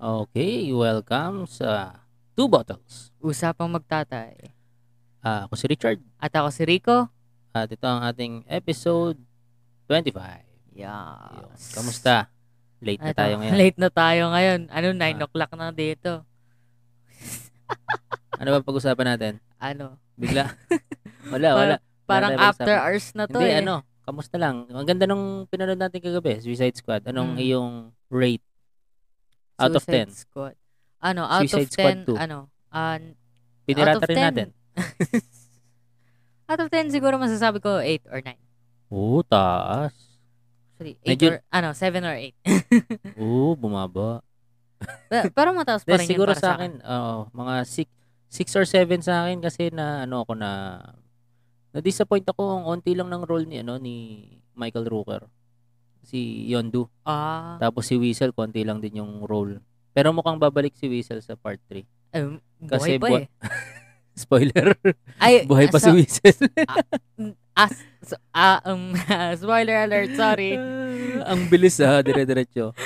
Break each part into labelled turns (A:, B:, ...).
A: Okay, welcome sa Two Bottles.
B: Usapang magtatay.
A: Ah, ako si Richard
B: At ako si Rico.
A: at ito ang ating episode 25. Yun.
B: Yes.
A: Kamusta? Late na
B: Eto,
A: tayo ngayon. Ah.
B: Late na tayo ngayon. Ano, 9 o'clock na dito.
A: Ano ba pag-usapan natin?
B: Ano,
A: Bigla. wala,
B: Parang-
A: wala.
B: parang
A: tayo
B: after
A: pag-usapan.
B: hours na to
A: Hindi,
B: eh.
A: ano, kamusta lang? Ang ganda nung pinanood natin kagabi, Suicide Squad. Anong
B: Mm.
A: iyong rate out of
B: Suicide
A: 10?
B: Squad. Ano, out
A: Suicide
B: of
A: Squad
B: 10,
A: two.
B: ano, an
A: Pinirata
B: out of
A: rin
B: 10.
A: natin.
B: out of 10 siguro masasabi ko 8 or 9.
A: Oo, taas.
B: Sorry, 8
A: Medyo-
B: or, ano, 7 or 8.
A: Oo, bumaba.
B: Pero mataas pa
A: Then,
B: rin yun
A: siguro
B: para sa akin.
A: oo, mga 6 six or 7 sa akin kasi na ano ako na na-disappoint ako ang onti lang ng role ni ano ni Michael Rooker. Si Yondu.
B: Ah,
A: Tapos si Weasel, konti lang din yung role. Pero mukhang babalik si Weasel sa part 3.
B: um,
A: kasi
B: buhay pa
A: buhay-
B: eh.
A: Spoiler,
B: Ay,
A: buhay pa si
B: so-
A: Weasel.
B: as, so, ah, um, spoiler alert, sorry.
A: ang bilis ah, dire-diretso.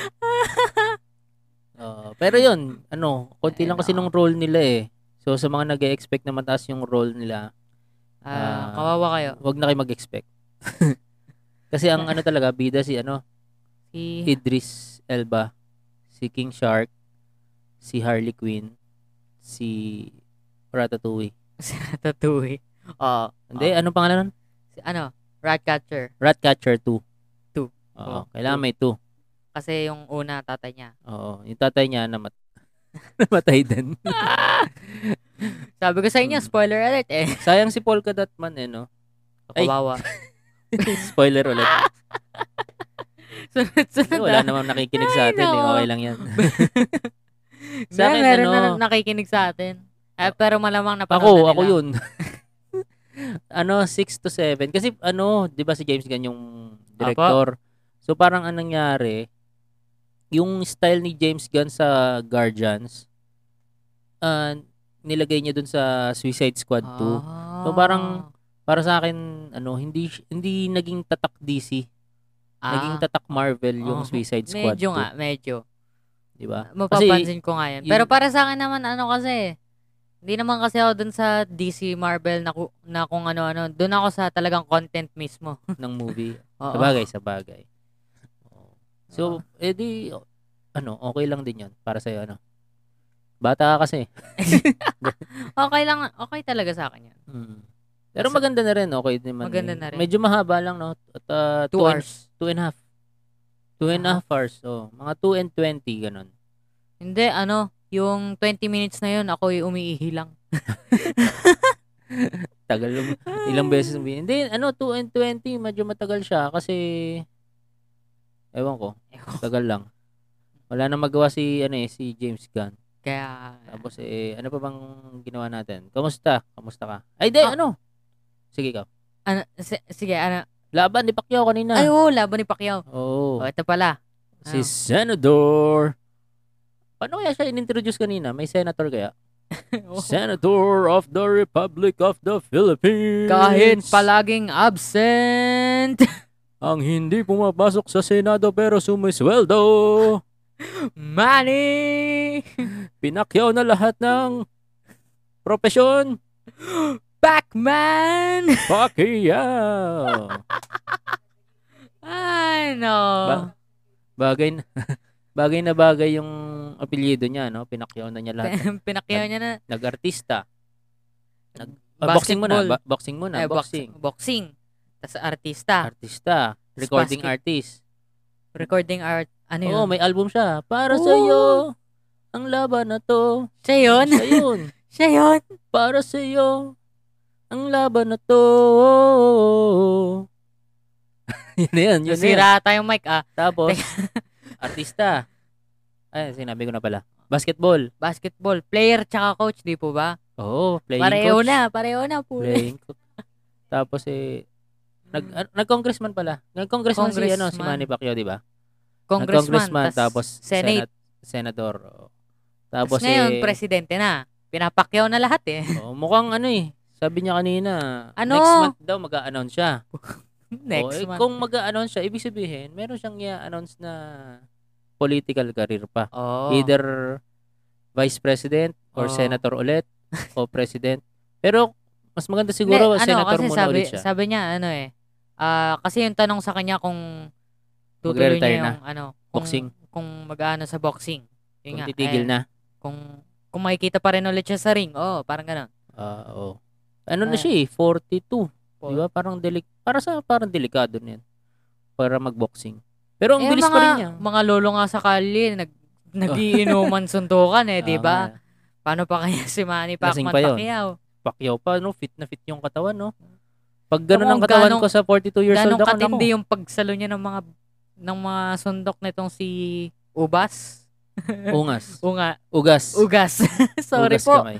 A: Oo, pero yun, ano, konti lang kasi
B: Ayun,
A: nung role nila eh. So sa mga nag expect na mataas yung role nila, Ah,
B: Ah, kawawa kayo.
A: wag na kayo mag-expect. kasi ang ano talaga, bida si ano,
B: Si,
A: Idris Elba, si King Shark, si Harley Quinn, si Ratatouille.
B: si Ratatouille. Oo.
A: Hindi, ano pangalan nun?
B: Si, ano, Ratcatcher.
A: Ratcatcher 2.
B: Two.
A: Oo,
B: Oh,
A: kailangan may 2.
B: Kasi yung una, tatay niya.
A: Oo, yung tatay niya namat namatay din.
B: Sabi ko sa inyo,
A: Mm.
B: spoiler alert eh.
A: Sayang si Polka Dot Man eh, no? Ay.
B: Kawawa.
A: Spoiler ulit. Hindi,
B: Sunod-sunod.
A: wala
B: na.
A: namang nakikinig sa
B: Ay,
A: atin eh.
B: nako.
A: Okay lang yan.
B: Hindi,
A: sa akin,
B: meron
A: ano, Ah.
B: na nakikinig sa atin. Eh, pero malamang napanood
A: Ako,
B: na nila.
A: ako yun. ano, 6 to 7. Kasi ano, di ba si James Gunn yung director? So parang anong nangyari, yung style ni James Gunn sa Guardians, ah, nilagay niya dun sa Suicide Squad 2.
B: Ah.
A: So, parang- Para sa akin, ano, hindi hindi naging tatak DC,
B: Ah,
A: naging tatak Marvel yung
B: Oh.
A: Suicide Squad
B: medyo
A: 2,
B: nga, medyo.
A: 'di ba?
B: Mapapansin ko nga yan.
A: yun-
B: Pero para sa akin naman, ano kasi, hindi naman kasi ako dun sa DC Marvel na, ku- na kung ano-ano. Dun ako sa talagang content mismo.
A: ng movie.
B: Oo.
A: Sabagay, sabagay. Oo. So, edi, o- ano, okay lang din yun para sa'yo, ano. Bata ka kasi.
B: Okay lang, okay talaga sa akin yan.
A: Hmm. Pero
B: Sa-
A: maganda na rin, okay naman.
B: Maganda
A: yun.
B: na rin.
A: Medyo mahaba lang, no? At, ah,
B: Two
A: two
B: hours.
A: And, two and a half. Two and a
B: Ah.
A: half hours, oh. Mga two and twenty, ganun.
B: Hindi, ano, yung 20 minutes na yun, ako'y umiihi lang.
A: Tagal, lum- ilang beses sabihin. Hindi, ano, two and twenty, medyo matagal siya kasi, ewan ko, tagal lang. Wala na magawa si, ano eh, si James Gunn.
B: Kaya,
A: Tapos eh, ano pa bang ginawa natin? Kamusta? Kamusta ka? Ay, di,
B: Ah.
A: ano? Sige ka.
B: ano, si- sige, ano,
A: Laban ni Pacquiao kanina.
B: ay, oo, laban ni Pacquiao.
A: Oo.
B: O, ito pala.
A: Ah. Oh. Si Senator. Paano kaya siya inintroduce kanina? May senator kaya?
B: Ah.
A: Senator of the Republic of the Philippines.
B: Kahit palaging absent,
A: Ang hindi pumapasok sa Senado pero sumisweldo.
B: Manny
A: Pinakyaw na lahat ng profesyon.
B: Pacman!
A: Pacquiao.
B: Ay,
A: Ba-
B: no.
A: bagay na, bagay na bagay yung apelyido niya, no? Pinakyaw na niya lahat.
B: Pinakyaw niya na.
A: Nag-artista. Nag, Ah, boxing muna.
B: Basketball.
A: ba- boxing muna.
B: Eh,
A: boxing.
B: boxing. Boxing. Tapos artista.
A: Artista. Recording
B: basket.
A: artist.
B: Recording art. Ano yun?
A: Oo, may album siya. Para
B: Oo.
A: sa sa'yo. Ang laban na to.
B: Siya yun?
A: Sa yun.
B: Siya yun?
A: Para sa'yo. Ang laban na to. yun na yun. Yun na yun.
B: Nasira tayong mic, ah.
A: Tapos, artista. Ay, sinabi ko na pala. Basketball.
B: Basketball. Player tsaka coach, di po ba?
A: Oo, playing
B: Pareho
A: coach.
B: na, pareho na po.
A: Playing coach. Tapos eh nag ano, nag-congressman pala. Nag-congressman si ano si
B: Congressman.
A: Manny Pacquiao, di ba?
B: Congressman,
A: Nag-congressman,
B: tas
A: ah, tapos
B: Senate.
A: senat- senador. oo. Tapos
B: Tapos ngayon,
A: eh, oh,
B: presidente na. Pinapakyaw na lahat eh.
A: oo, mukhang ano eh. Sabi niya kanina,
B: Ano?
A: next month daw mag-a-announce siya.
B: Next
A: Oo, eh,
B: month.
A: Kung mag-announce siya, ibig sabihin, meron siyang i-announce na political career pa.
B: Oo.
A: Either vice president or
B: Oo.
A: senator ulit o president. Pero mas maganda siguro
B: Hindi, ano,
A: senator
B: kasi
A: muna
B: sabi,
A: ulit siya.
B: Sabi niya, ano eh, ah, kasi yung tanong sa kanya kung tutuloy
A: Magre-retire
B: niya yung, ano, kung,
A: Boxing.
B: kung mag-ano sa boxing. Yun
A: kung
B: nga,
A: titigil
B: eh,
A: na.
B: Kung, kung makikita pa rin ulit siya sa ring, oh, parang ganun.
A: Ah, oo. Ano na
B: Ah.
A: siya eh, 42.
B: Four-
A: Di ba? Parang delik para sa parang delikado na yan. Para magboxing. Pero ang
B: Eh,
A: bilis
B: mga,
A: pa rin niya.
B: Mga lolo nga sa kali, nag, nagiinuman suntukan eh, di
A: Ah,
B: ba? Paano pa kaya si Manny
A: Lasing
B: Pacman
A: pa yun.
B: Pacquiao?
A: Pacquiao pa, no? Fit na fit yung katawan, no? Pag ganun
B: Ako,
A: ang katawan
B: ganong-
A: ko sa 42 years old ako,
B: Ganong
A: naku.
B: katindi yung pagsalo niya ng mga ng mga sundok nitong si Ubas.
A: Ungas.
B: Unga,
A: Ugas.
B: Ugas. Sorry
A: Ugas
B: po.
A: kamay.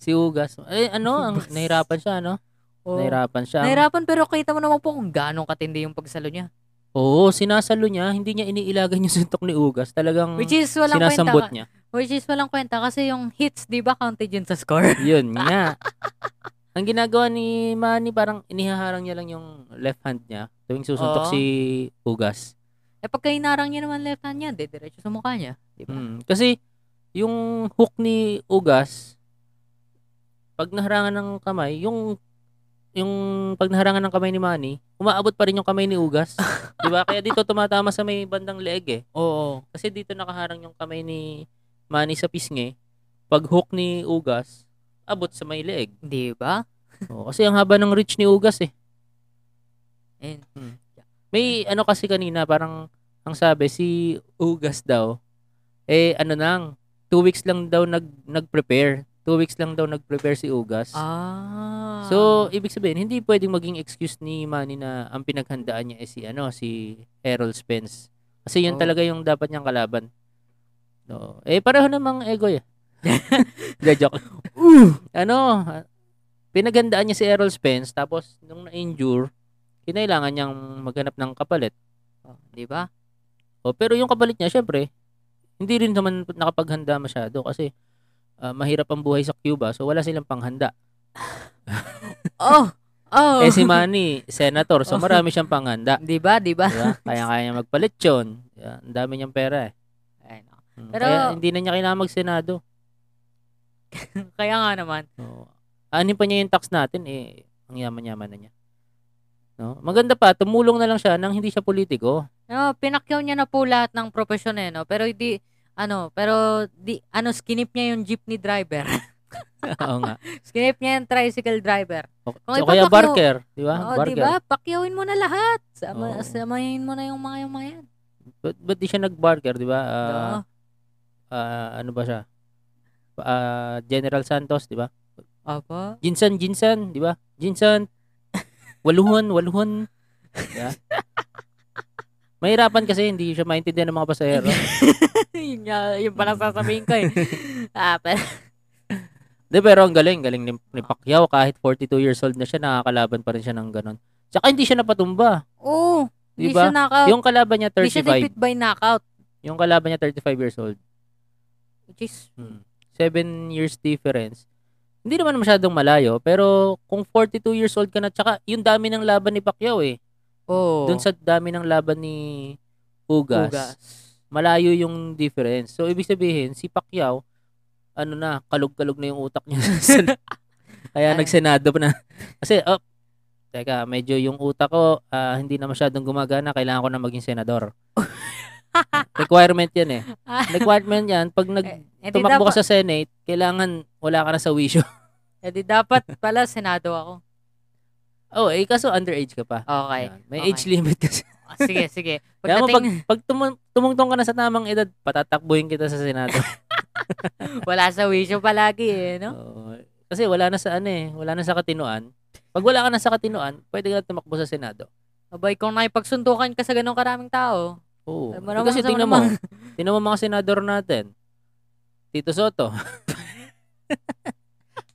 A: Si Ugas. Eh, ano? Ang,
B: Ugas.
A: nahirapan siya, no?
B: Oo.
A: Nahirapan siya. Ang-
B: Nahirapan pero kita mo naman po kung gaano katindi yung pagsalo niya.
A: Oo, sinasalo niya. Hindi niya iniilagan yung suntok ni Ugas. Talagang
B: Which is walang
A: Hmm. sinasambot
B: kwenta.
A: niya.
B: Which is walang kwenta kasi yung hits, di ba, counted yun sa score?
A: Yun nga. Ang ginagawa ni Manny, parang inihaharang niya lang yung left hand niya tuwing susuntok
B: Oo.
A: si Ugas.
B: eh pagka inarang niya naman left hand niya, di diretso sa mukha niya. Di ba?
A: Mm. Kasi yung hook ni Ugas, pag naharangan ng kamay, yung yung pag naharangan ng kamay ni Manny, umaabot pa rin yung kamay ni Ugas. 'Di ba? Kaya dito tumatama sa may bandang leeg eh.
B: Oo.
A: Kasi dito nakaharang yung kamay ni Manny sa pisngi. Pag hook ni Ugas, abot sa may leeg.
B: Di ba?
A: Oo, kasi ang haba ng reach ni Ugas eh.
B: And,
A: May ano kasi kanina, parang ang sabi, si Ugas daw, eh ano nang, two weeks lang daw nag, nag-prepare. Two weeks lang daw nag-prepare si Ugas.
B: ah.
A: So, ibig sabihin, hindi pwedeng maging excuse ni Manny na ang pinaghandaan niya eh si, ano, si Errol Spence. Kasi yun
B: Oh.
A: talaga yung dapat niyang kalaban. No. Eh, pareho namang ego eh. Hindi, joke.
B: uh,
A: ano, ah, pinaghandaan niya si Errol Spence, tapos nung na-injure, kinailangan niyang maghanap ng kapalit.
B: di ba?
A: O, Oh, pero yung kapalit niya, syempre, hindi rin naman nakapaghanda masyado kasi ah, mahirap ang buhay sa Cuba, so wala silang panghanda.
B: Oh. Oh.
A: Eh si Manny, senator, so
B: Oh.
A: marami siyang panghanda.
B: Di ba? Di ba?
A: Diba? Kaya-kaya niya magpalit yun. Yeah, ang dami niyang pera eh.
B: Ayun, oh.
A: Mm,
B: Pero-
A: Kaya hindi na niya kailangan mag-senado.
B: Kaya nga naman.
A: Oo. Anin pa niya yung tax natin, eh, ang yaman-yaman na niya. No? Maganda pa, tumulong na lang siya nang hindi siya politiko.
B: No, pinakyaw niya na po lahat ng profesyon eh, no? Pero hindi, ano, pero di, ano, skinip niya yung jeepney driver.
A: Oo nga.
B: skinip niya yung tricycle driver.
A: O,
B: Kung
A: so, kaya
B: ipatakyo-
A: barker, di ba?
B: Oo,
A: barker.
B: di ba? Pakyawin mo na lahat. Sama,
A: Ah, Oo.
B: Samayin mo na yung mga yung mga yan.
A: Ba't, ba't di siya nag-barker, di ba? Ah,
B: Oo.
A: ah, ano ba siya? Pa- ah, General Santos, di ba?
B: Opo.
A: Jinsan, Jinsan, di ba? Jinsan. Waluhan, waluhan. Yeah. Mahirapan kasi hindi siya maintindihan ng mga pasahero.
B: yun nga, yun pala
A: Mm.
B: sasabihin ko eh. ah, pero,
A: De, pero ang galing, galing ni, ni Pacquiao kahit 42 years old na siya, nakakalaban pa rin siya ng ganun. Tsaka hindi siya napatumba,
B: oo.
A: di
B: Hindi
A: ba?
B: siya knockout.
A: Yung kalaban niya
B: Hindi siya
A: 35,
B: defeat by knockout.
A: yung kalaban niya 35 years old.
B: Which is,
A: 7 years difference. Hindi naman masyadong malayo, pero kung 42 years old ka na, tsaka yung dami ng laban ni Pacquiao eh.
B: oh.
A: Doon sa dami ng laban ni Ugas, malayo yung difference. So, ibig sabihin, si Pacquiao, ano na, kalog-kalog na yung utak niya. Kaya
B: Ay.
A: nagsenado pa na. Kasi, oh, teka, medyo yung utak ko, ah, hindi na masyadong gumagana, kailangan ko na maging senador. Requirement yan eh.
B: Ah.
A: Requirement yan, pag nag,
B: Eh, eh, di
A: tumakbo ka sa
B: dapat,
A: Senate, kailangan wala ka na sa wisyo.
B: eh, di dapat pala senado ako.
A: oh, eh, kaso underage ka pa.
B: Okay.
A: Yan. May
B: okay.
A: age limit kasi.
B: Ah, Sige, sige.
A: Kaya mo,
B: Pagdating,
A: pag tumu- tumungtong ka na sa tamang edad, patatakbuhin kita sa Senado.
B: wala sa wisyo palagi eh, no?
A: Oo. kasi wala na sa ano eh, wala na sa katinoan. Pag wala ka na sa katinoan, pwede ka na tumakbo sa Senado.
B: Abay, kung nakipagsuntukan ka sa ganong karaming tao,
A: Oo.
B: Ay, maramang
A: Kasi
B: kasama
A: tingnan mo,
B: naman.
A: tingnan mo mga senador natin. Tito Soto.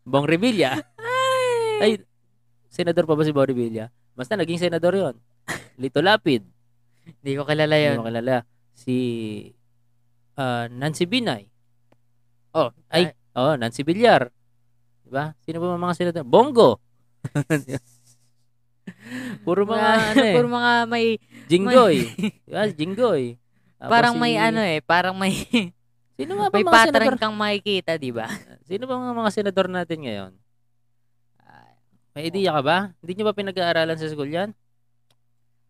A: Bong Revilla.
B: ay,
A: Ay, senador pa ba si Bong Revilla? Basta naging senador yon. Lito Lapid.
B: hindi ko kilala yun.
A: Hindi mo kilala. Si ah, Nancy Binay. Oh, ay, oh, Nancy Diba? Villar. 'Di ba? Sino ba mga senador? Bongo. Puro mga ano eh.
B: Puro mga may,
A: Jinggoy. Ah, Jinggoy. Tapos
B: parang
A: si-
B: may ano eh, parang may,
A: Sino nga ba
B: may
A: mga
B: pattern
A: senador?
B: kang makikita, di ba?
A: Sino ba mga, mga senador natin ngayon? May idea ka ba? Hindi nyo ba pinag-aaralan sa school yan?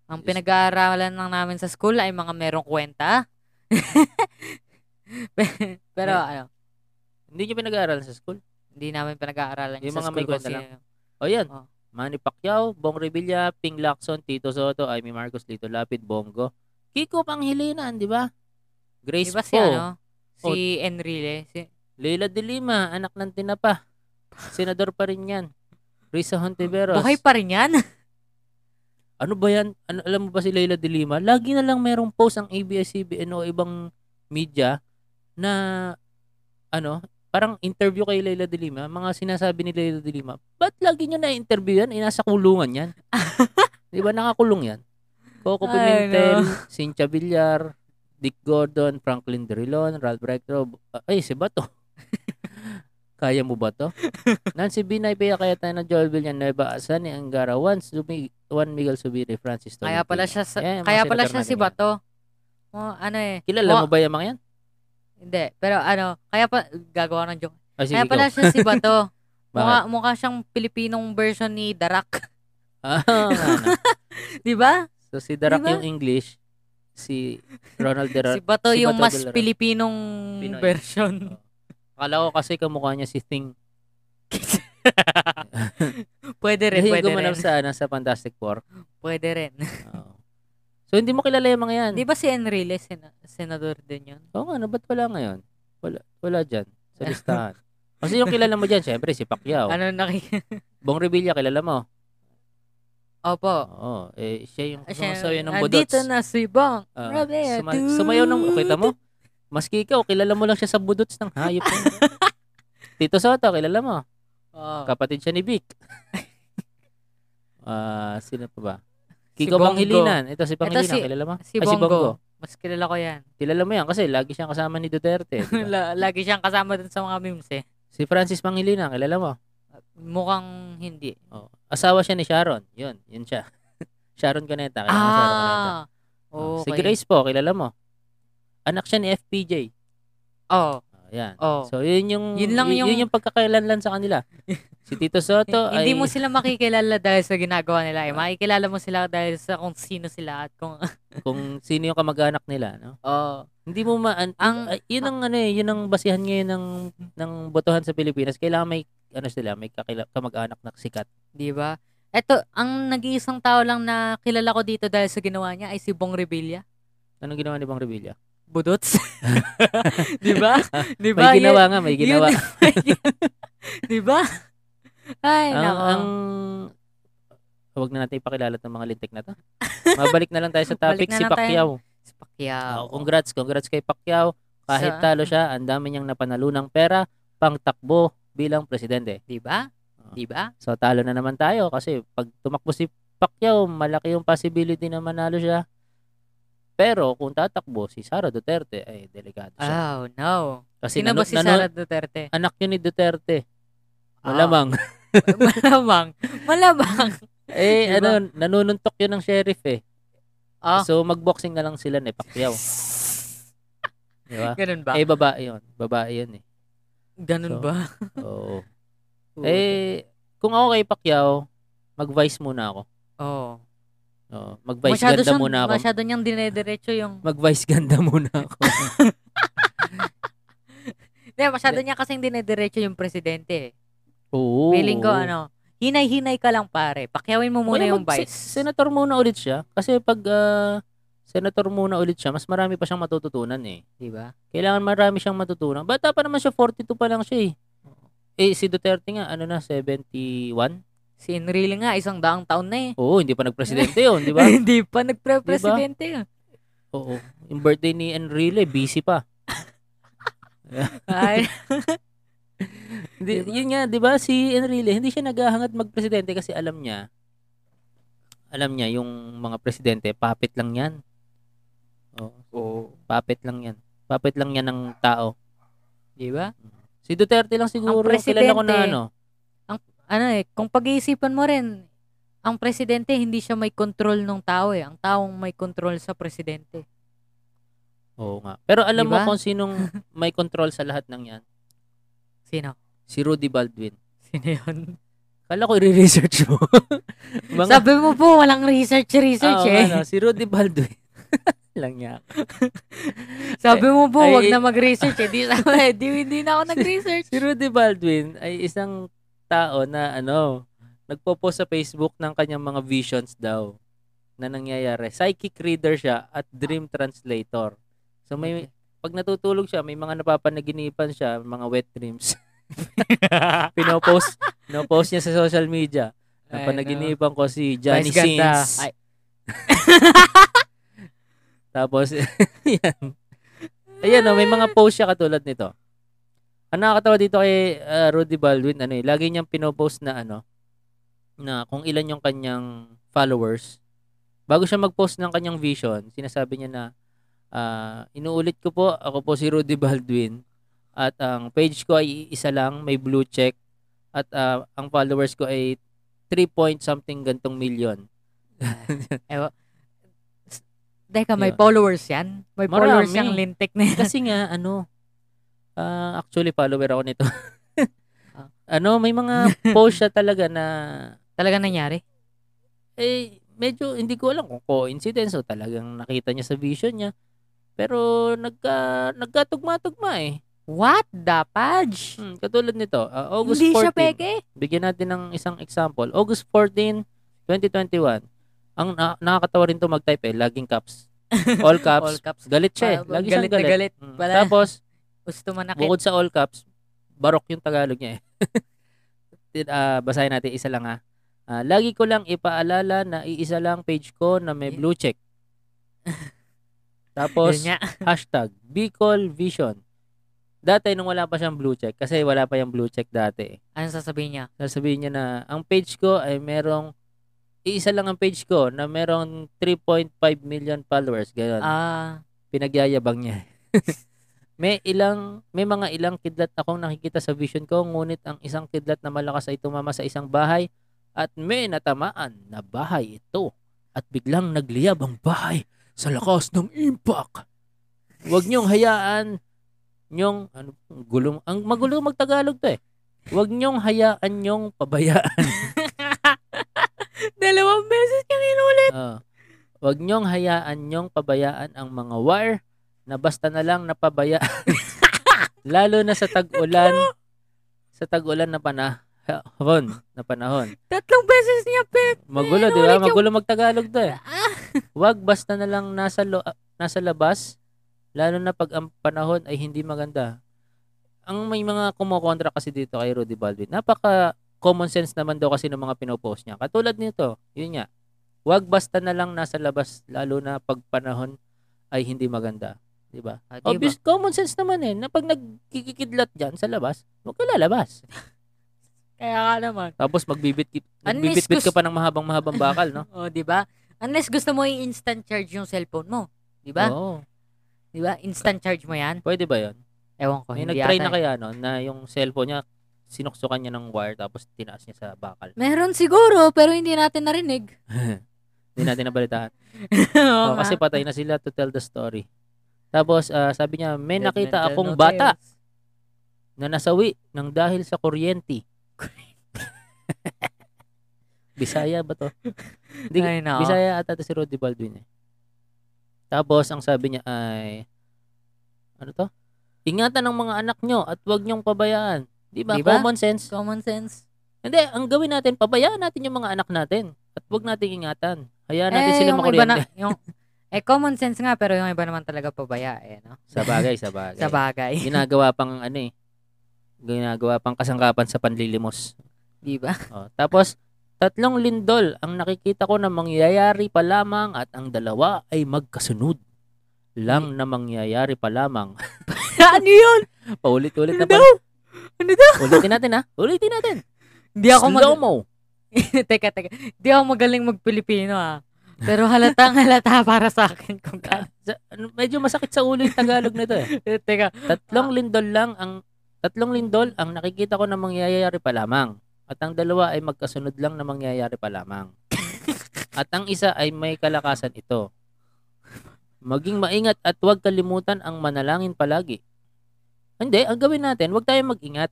B: Ang
A: Yes.
B: pinag-aaralan lang namin sa school ay mga merong kwenta. Pe- Pero
A: May-
B: ano,
A: Hindi nyo pinag-aaralan sa school?
B: hindi namin pinag-aaralan
A: Yung
B: sa
A: mga
B: school
A: may kwenta
B: kasi
A: lang. O Oh, yan.
B: Oo.
A: Manny Pacquiao, Bong Revilla, Ping Lacson, Tito Soto, Amy Marcos, Lito Lapid, Bongo. Kiko Panghilinan, di ba?
B: di
A: Grace
B: ba si
A: Poe,
B: ano? Si
A: Oh.
B: Enrile. Si,
A: Leila De Lima, anak ng tinapa. Senador pa rin yan. Risa Hontiveros.
B: buhay pa rin yan?
A: Ano ba yan? Ano, alam mo ba si Leila De Lima? Lagi na lang merong post ang ABS-CBN o ibang media na ano, parang interview kay Leila De Lima, mga sinasabi ni Leila De Lima. Ba't lagi nyo na-interview yan? Eh, nasa kulungan yan. Di ba nakakulong yan? Coco
B: Ay,
A: Pimentel,
B: no.
A: Cynthia Villar, Dick Gordon, Franklin Drilon, Ralph Rector, ay, si Bato. Kaya mo ba to? Nancy Binay, Pia Cayetano, Joel Villanueva, Asani Angara, Juan, Sumi, Juan Miguel Subiri, Francis
B: Kaya
A: Tolentino.
B: pala siya, sa,
A: Yan, yung mga
B: kaya pala
A: senador
B: siya
A: na
B: si
A: ganyan.
B: Bato. Oh, ano eh.
A: Kilala
B: Wa-
A: mo ba yung mga yan?
B: Hindi. Pero ano, kaya pa, gagawa ng joke.
A: Ay, sige,
B: Kaya pala siya si Bato.
A: ikaw. Bakit?
B: mukha, mukha siyang Pilipinong version ni Darak.
A: Ah, nga, ano.
B: di ba?
A: So, si Darak
B: Diba?
A: yung English, si Ronald Darak.
B: Si Bato
A: si
B: yung
A: Bato
B: mas
A: Darak.
B: Pilipinong
A: Pinoy.
B: version.
A: Akala ko kasi kamukha niya si Thing.
B: Pwede rin,
A: Dahil
B: pwede rin.
A: gumanap sa, ano, sa Fantastic Four.
B: Pwede rin.
A: Oo. So, hindi mo kilala yung mga yan.
B: Di ba si Enrile, sen- senador din yun?
A: Oo nga, ano, ba't wala ngayon? Wala, wala dyan sa listahan. Kasi yung kilala mo dyan, syempre, si Pacquiao.
B: Ano naki...
A: Bong Revilla, kilala mo.
B: Opo.
A: Oo. Eh, siya yung
B: Siya-
A: sumasayo ng budots.
B: Andito na si Bong.
A: Ah,
B: Grabe,
A: suma-
B: dude.
A: sumayaw ng... Kita mo? Maski ikaw, kilala mo lang siya sa budots ng hayop. yun. Tito Soto, kilala mo.
B: Oo.
A: Kapatid siya ni Vic. Ah, sino pa ba?
B: Si
A: Kiko
B: Bongo.
A: Panghilinan. Ito si Panghilinan,
B: si-
A: kilala mo?
B: Si
A: Ay,
B: Bongo. Mas kilala ko yan.
A: Kilala mo yan kasi lagi siyang kasama ni Duterte. di ba?
B: La- Lagi siyang kasama dun sa mga memes eh.
A: si Francis Panghilinan, kilala mo?
B: Mukhang hindi.
A: Oh. Asawa siya ni Sharon. Yun, yun siya. Sharon Cuneta. Kilala mo Sharon Cuneta.
B: Ah.
A: Oh,
B: Okay.
A: Si Grace po, kilala mo. Anak siya ni FPJ.
B: Oh,
A: Oh, yan.
B: oh.
A: So, yun yung,
B: Yun lang
A: y- yun
B: yung-
A: yung pagkakailanlan sa kanila. si Tito Soto
B: Hindi
A: ay...
B: mo sila makikilala dahil sa ginagawa nila. Eh. Makikilala mo sila dahil sa kung sino sila at kung...
A: kung sino yung kamag-anak nila, no?
B: Oh.
A: Hindi mo ma ang
B: Ang-
A: yun ang ano eh, yun ang basihan ngayon ng ng botohan sa Pilipinas. Kailangan may ano sila, may kakila, kamag-anak na sikat.
B: Di ba? Eto, ang nag-iisang tao lang na kilala ko dito dahil sa ginawa niya ay si Bong Revilla.
A: Anong ginawa ni Bang Revilla?
B: Budots. di ba? Di ba?
A: may ginawa
B: Diba, Yun-
A: nga, may
B: yun-
A: ginawa.
B: di ba? Ay,
A: ang,
B: nako.
A: ang Huwag na natin ipakilala ng mga lintik na to. Mabalik na lang tayo sa topic
B: Balik na
A: si
B: lang tayo.
A: Pacquiao.
B: Si Pacquiao.
A: Oh, congrats, congrats kay Pacquiao. Kahit
B: Sa-
A: talo siya, ang dami niyang napanalunang pera pang takbo bilang presidente.
B: Di ba?
A: Oh.
B: Di ba?
A: So talo na naman tayo kasi pag tumakbo si Pacquiao, malaki yung possibility na manalo siya. Pero kung tatakbo si Sara Duterte, ay delikado siya.
B: Oh, no.
A: kasi
B: Sino
A: nanu-
B: ba si
A: nanu-
B: Sara Duterte?
A: anak niya ni Duterte.
B: Ah.
A: Malamang.
B: Malamang. Malamang.
A: eh,
B: Diba?
A: ano, nanununtok yun ng sheriff eh.
B: Ah.
A: So, magboxing na lang sila ni Pacquiao. Di ba?
B: Ganun ba?
A: Eh, babae yun. Babae yun eh.
B: Ganun
A: so,
B: ba?
A: Oo. eh, kung ako kay Pacquiao, mag-vice muna ako.
B: Oh.
A: Oo, mag-vice
B: masyado
A: ganda
B: siyang,
A: muna ako.
B: Masyado niyang dinediretso yung...
A: Mag-vice ganda muna ako.
B: Hindi, masyado niya kasing dinediretso yung presidente. eh.
A: Oo.
B: Feeling ko, ano, hinay-hinay ka lang pare. Pakyawin mo muna
A: Kaya
B: yung
A: mag- se-
B: vice.
A: Senator muna ulit siya. Kasi pag ah, senator muna ulit siya, mas marami pa siyang matututunan eh.
B: Di ba?
A: Kailangan marami siyang matutunan. Bata pa naman siya, 42 pa lang siya eh. Eh, si Duterte nga, ano na, 71?
B: Si Enrile nga, isang daang taon na eh.
A: Oo, hindi pa nagpresidente yun, di ba?
B: Hindi pa nagpre-presidente.
A: Diba?
B: yun.
A: Oo. Yung birthday ni Enrile, busy pa.
B: eh. Ay,
A: Di,
B: Diba?
A: Yun nga, di ba, si Enrile, hindi siya naghahangad magpresidente kasi alam niya, alam niya, yung mga presidente, puppet lang yan. Oo. Puppet lang yan. Puppet lang yan ng tao.
B: di
A: Diba?
B: ba?
A: Si Duterte lang siguro.
B: Ang
A: Kilala ko na
B: presidente.
A: ano.
B: Ano eh, kung pag-iisipan mo rin, ang presidente hindi siya may control ng tao eh. Ang taong may control sa presidente.
A: Oo nga. Pero alam mo
B: Diba?
A: kung sinong may control sa lahat ng yan?
B: Sino?
A: Si Rudy Baldwin.
B: Sino yun?
A: Kala ko i-research mo. Mga-
B: Sabi mo po, walang research-research
A: Oo,
B: eh.
A: ano, si Rudy Baldwin. Lang niya.
B: Sabi mo po,
A: Ay-
B: wag na mag-research eh. Di, di, hindi na ako nag-research.
A: Si Rudy Baldwin ay isang tao na ano, nagpo-post sa Facebook ng kanyang mga visions daw na nangyayari. Psychic reader siya at dream translator. So may pag natutulog siya, may mga napapanaginipan siya, mga wet dreams. pinopost, pinopost niya sa social media.
B: Ay,
A: Napanaginipan ko si
B: no. Vice
A: Johnny
B: ganda.
A: Sins.
B: Ay,
A: Tapos, yan. Ayan, oh, may mga post siya katulad nito. Ang nakakatawa dito kay ah, Rudy Baldwin, ano eh, lagi niyang pinopost na ano, na kung ilan yung kanyang followers. Bago siya mag-post ng kanyang vision, sinasabi niya na, ah, inuulit ko po, ako po si Rudy Baldwin. At ang page ko ay isa lang, may blue check. At ah, ang followers ko ay 3 point something gantong million.
B: Teka, may
A: Yun.
B: followers yan? May
A: Marami.
B: followers yung lintik na yan.
A: Kasi nga, ano, ah, actually follower ako nito. ano, may mga post siya talaga na,
B: Talaga nangyari?
A: eh, medyo hindi ko alam kung coincidence o talagang nakita niya sa vision niya. Pero nagka, nagkatugma-tugma eh.
B: What the fudge?
A: Hmm, katulad nito, ah, August
B: Hindi
A: 14.
B: siya peke.
A: Bigyan natin ng isang example. August 14, 2021. Ang na- nakakatawa rin to mag-type eh, laging caps. All caps.
B: All caps.
A: Galit siya eh.
B: Ah,
A: Lagi siyang
B: galit na
A: galit.
B: galit
A: Hmm.
B: pala.
A: Tapos,
B: Gusto manakit.
A: Bukod sa all caps, barok yung Tagalog niya eh. Tin- ah, basahin natin isa lang ha. Ah, lagi ko lang ipaalala na iisa lang page ko na may
B: Eh.
A: blue check. Tapos,
B: Yun nga.
A: hashtag Bicol Vision. Dati nung wala pa siyang blue check, kasi wala pa yung blue check dati eh.
B: Anong sasabihin niya?
A: Sasabihin niya na, ang page ko ay merong, iisa lang ang page ko na merong 3.5 million followers. Ganun
B: Ah,
A: pinagyayabang niya. may ilang may mga ilang kidlat akong nakikita sa vision ko ngunit ang isang kidlat na malakas ay tumama sa isang bahay at may natamaan na bahay ito at biglang nagliyab ang bahay sa lakas ng impact. Huwag niyong hayaan yung ano gulo ang magulo magtagalog to eh. Huwag niyong hayaan yung pabayaan.
B: dalawang beses niyang inulit.
A: Ah. Huwag niyong hayaan yung pabayaan ang mga wire na basta na lang napabayaan. Lalo na sa tag-ulan, sa tag-ulan na panahon, na panahon.
B: Tatlong beses niya pe.
A: Magulo,
B: Ano
A: di ba?
B: ulit yung-
A: Magulo magtagalog to eh.
B: Ah,
A: Huwag basta na lang nasa, lo- nasa labas, lalo na pag ang panahon ay hindi maganda. Ang may mga kumokontra kasi dito kay Rudy Baldwin, napaka common sense naman daw kasi ng mga pinopost niya. Katulad nito, yun nga, huwag basta na lang nasa labas, lalo na pag panahon ay hindi maganda. Di ba?
B: ah, di ba?
A: Obvious, common sense naman eh, na pag nagkikikidlat dyan sa labas, huwag ka lalabas.
B: Kaya ka naman.
A: Tapos magbibit,
B: Unless
A: magbibitbit ka
B: gusto-
A: pa ng mahabang-mahabang bakal, no?
B: O, Oh, di ba? Unless gusto mo i-instant charge yung cellphone mo. Di ba?
A: Oo.
B: Di ba? Instant charge mo yan?
A: Pwede ba yun?
B: Ewan ko.
A: May
B: hindi
A: nag-try
B: ata
A: na
B: eh.
A: kaya no, na yung cellphone niya, sinuksukan niya ng wire tapos tinaas niya sa bakal.
B: Meron siguro, pero hindi natin narinig.
A: Hindi natin nabalitaan.
B: Oo
A: Oh,
B: nga.
A: kasi patay na sila to tell the story. Tapos ah, sabi niya, may
B: Dead
A: nakita
B: mental
A: akong
B: no
A: bata
B: tales.
A: na nasawi ng dahil sa kuryente. Bisaya ba to? Hindi,
B: Ay, nako.
A: Bisaya ata to si Roddy Baldwin eh. Tapos ang sabi niya ay ano to? Ingatan ng mga anak nyo at huwag niyong pabayaan. Di ba?
B: Di ba?
A: Common sense.
B: Common sense.
A: Hindi, ang gawin natin, pabayaan natin yung mga anak natin. At huwag natin ingatan. Hayaan natin
B: eh,
A: sila
B: yung iba na,
A: makuryente.
B: yung, eh, common sense nga, pero yung iba naman talaga pabaya, eh, no?
A: Sa bagay, sa bagay.
B: Sa bagay.
A: Ginagawa pang ano eh. Ginagawa pang kasangkapan sa panlilimos.
B: Di ba?
A: O, tapos, tatlong lindol ang nakikita ko na mangyayari pa lamang at ang dalawa ay magkasunod lang na mangyayari pa lamang.
B: ano yun?
A: Paulit-ulit na pa.
B: Ano Ano daw?
A: Ulitin natin ha. Ulitin natin.
B: Di ako mag...
A: Slow-mo.
B: teka, teka. Di ako magaling mag-Pilipino, ah. Pero halatang halata para sa akin kung
A: Ah,
B: ka.
A: sa- ano, medyo masakit sa ulo yung Tagalog nito eh.
B: teka.
A: Tatlong lindol lang ang tatlong lindol ang nakikita ko na mangyayari pa lamang. At ang dalawa ay magkasunod lang na mangyayari pa lamang. At ang isa ay may kalakasan ito. Maging maingat at huwag kalimutan ang manalangin palagi. Hindi, ang gawin natin, huwag tayong mag-ingat.